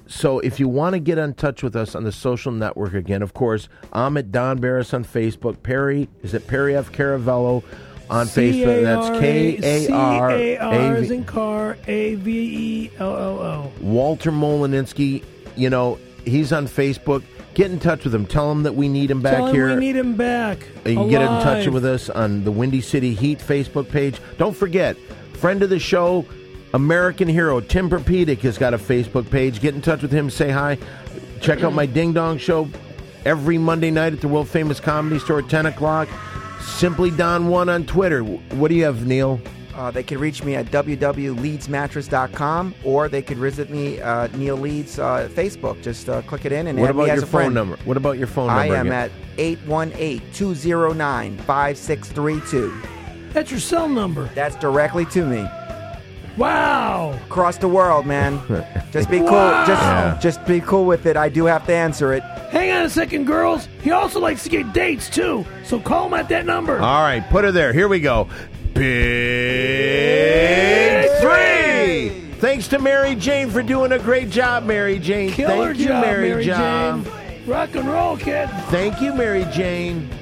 A: so if you want to get in touch with us on the social network again, of course, I'm at Don Barris on Facebook. Perry is at Perry F. Caravello on Facebook. That's K A R
B: C-A-R
A: A
B: as
A: V. E
B: in car, E A-V-E-L-L-O.
A: Walter Molininski, you know, he's on Facebook. Get in touch with him. Tell him that we need him back
B: Tell him
A: here.
B: we need him back.
A: And you can get in touch
B: Alive.
A: with us on the Windy City Heat Facebook page. Don't forget, friend of the show, American hero Tim Perpedic has got a Facebook page. Get in touch with him, say hi. Check out my Ding Dong Show every Monday night at the world famous comedy store at 10 o'clock. Simply Don One on Twitter. What do you have, Neil?
E: Uh, they can reach me at www.leedsmattress.com or they could visit me uh, Neil Leeds uh, Facebook. Just uh, click it in and
A: What
E: add me
A: about
E: as
A: your
E: a
A: phone
E: friend.
A: number? What about your phone
E: I
A: number?
E: am
A: again?
E: at 818-209-5632.
B: That's your cell number.
E: That's directly to me.
B: Wow.
E: Across the world, man. Just be cool. Just
A: Yeah.
E: just be cool with it. I do have to answer it.
B: Hang on a second, girls. He also likes to get dates too. So call him at that number.
A: All right, put her there. Here we go. Big three. Thanks to Mary Jane for doing a great job, Mary Jane.
B: Killer
A: Thank you,
B: job,
A: Mary,
B: Mary
A: Jane.
B: Jane. Rock and roll, kid.
A: Thank you, Mary Jane.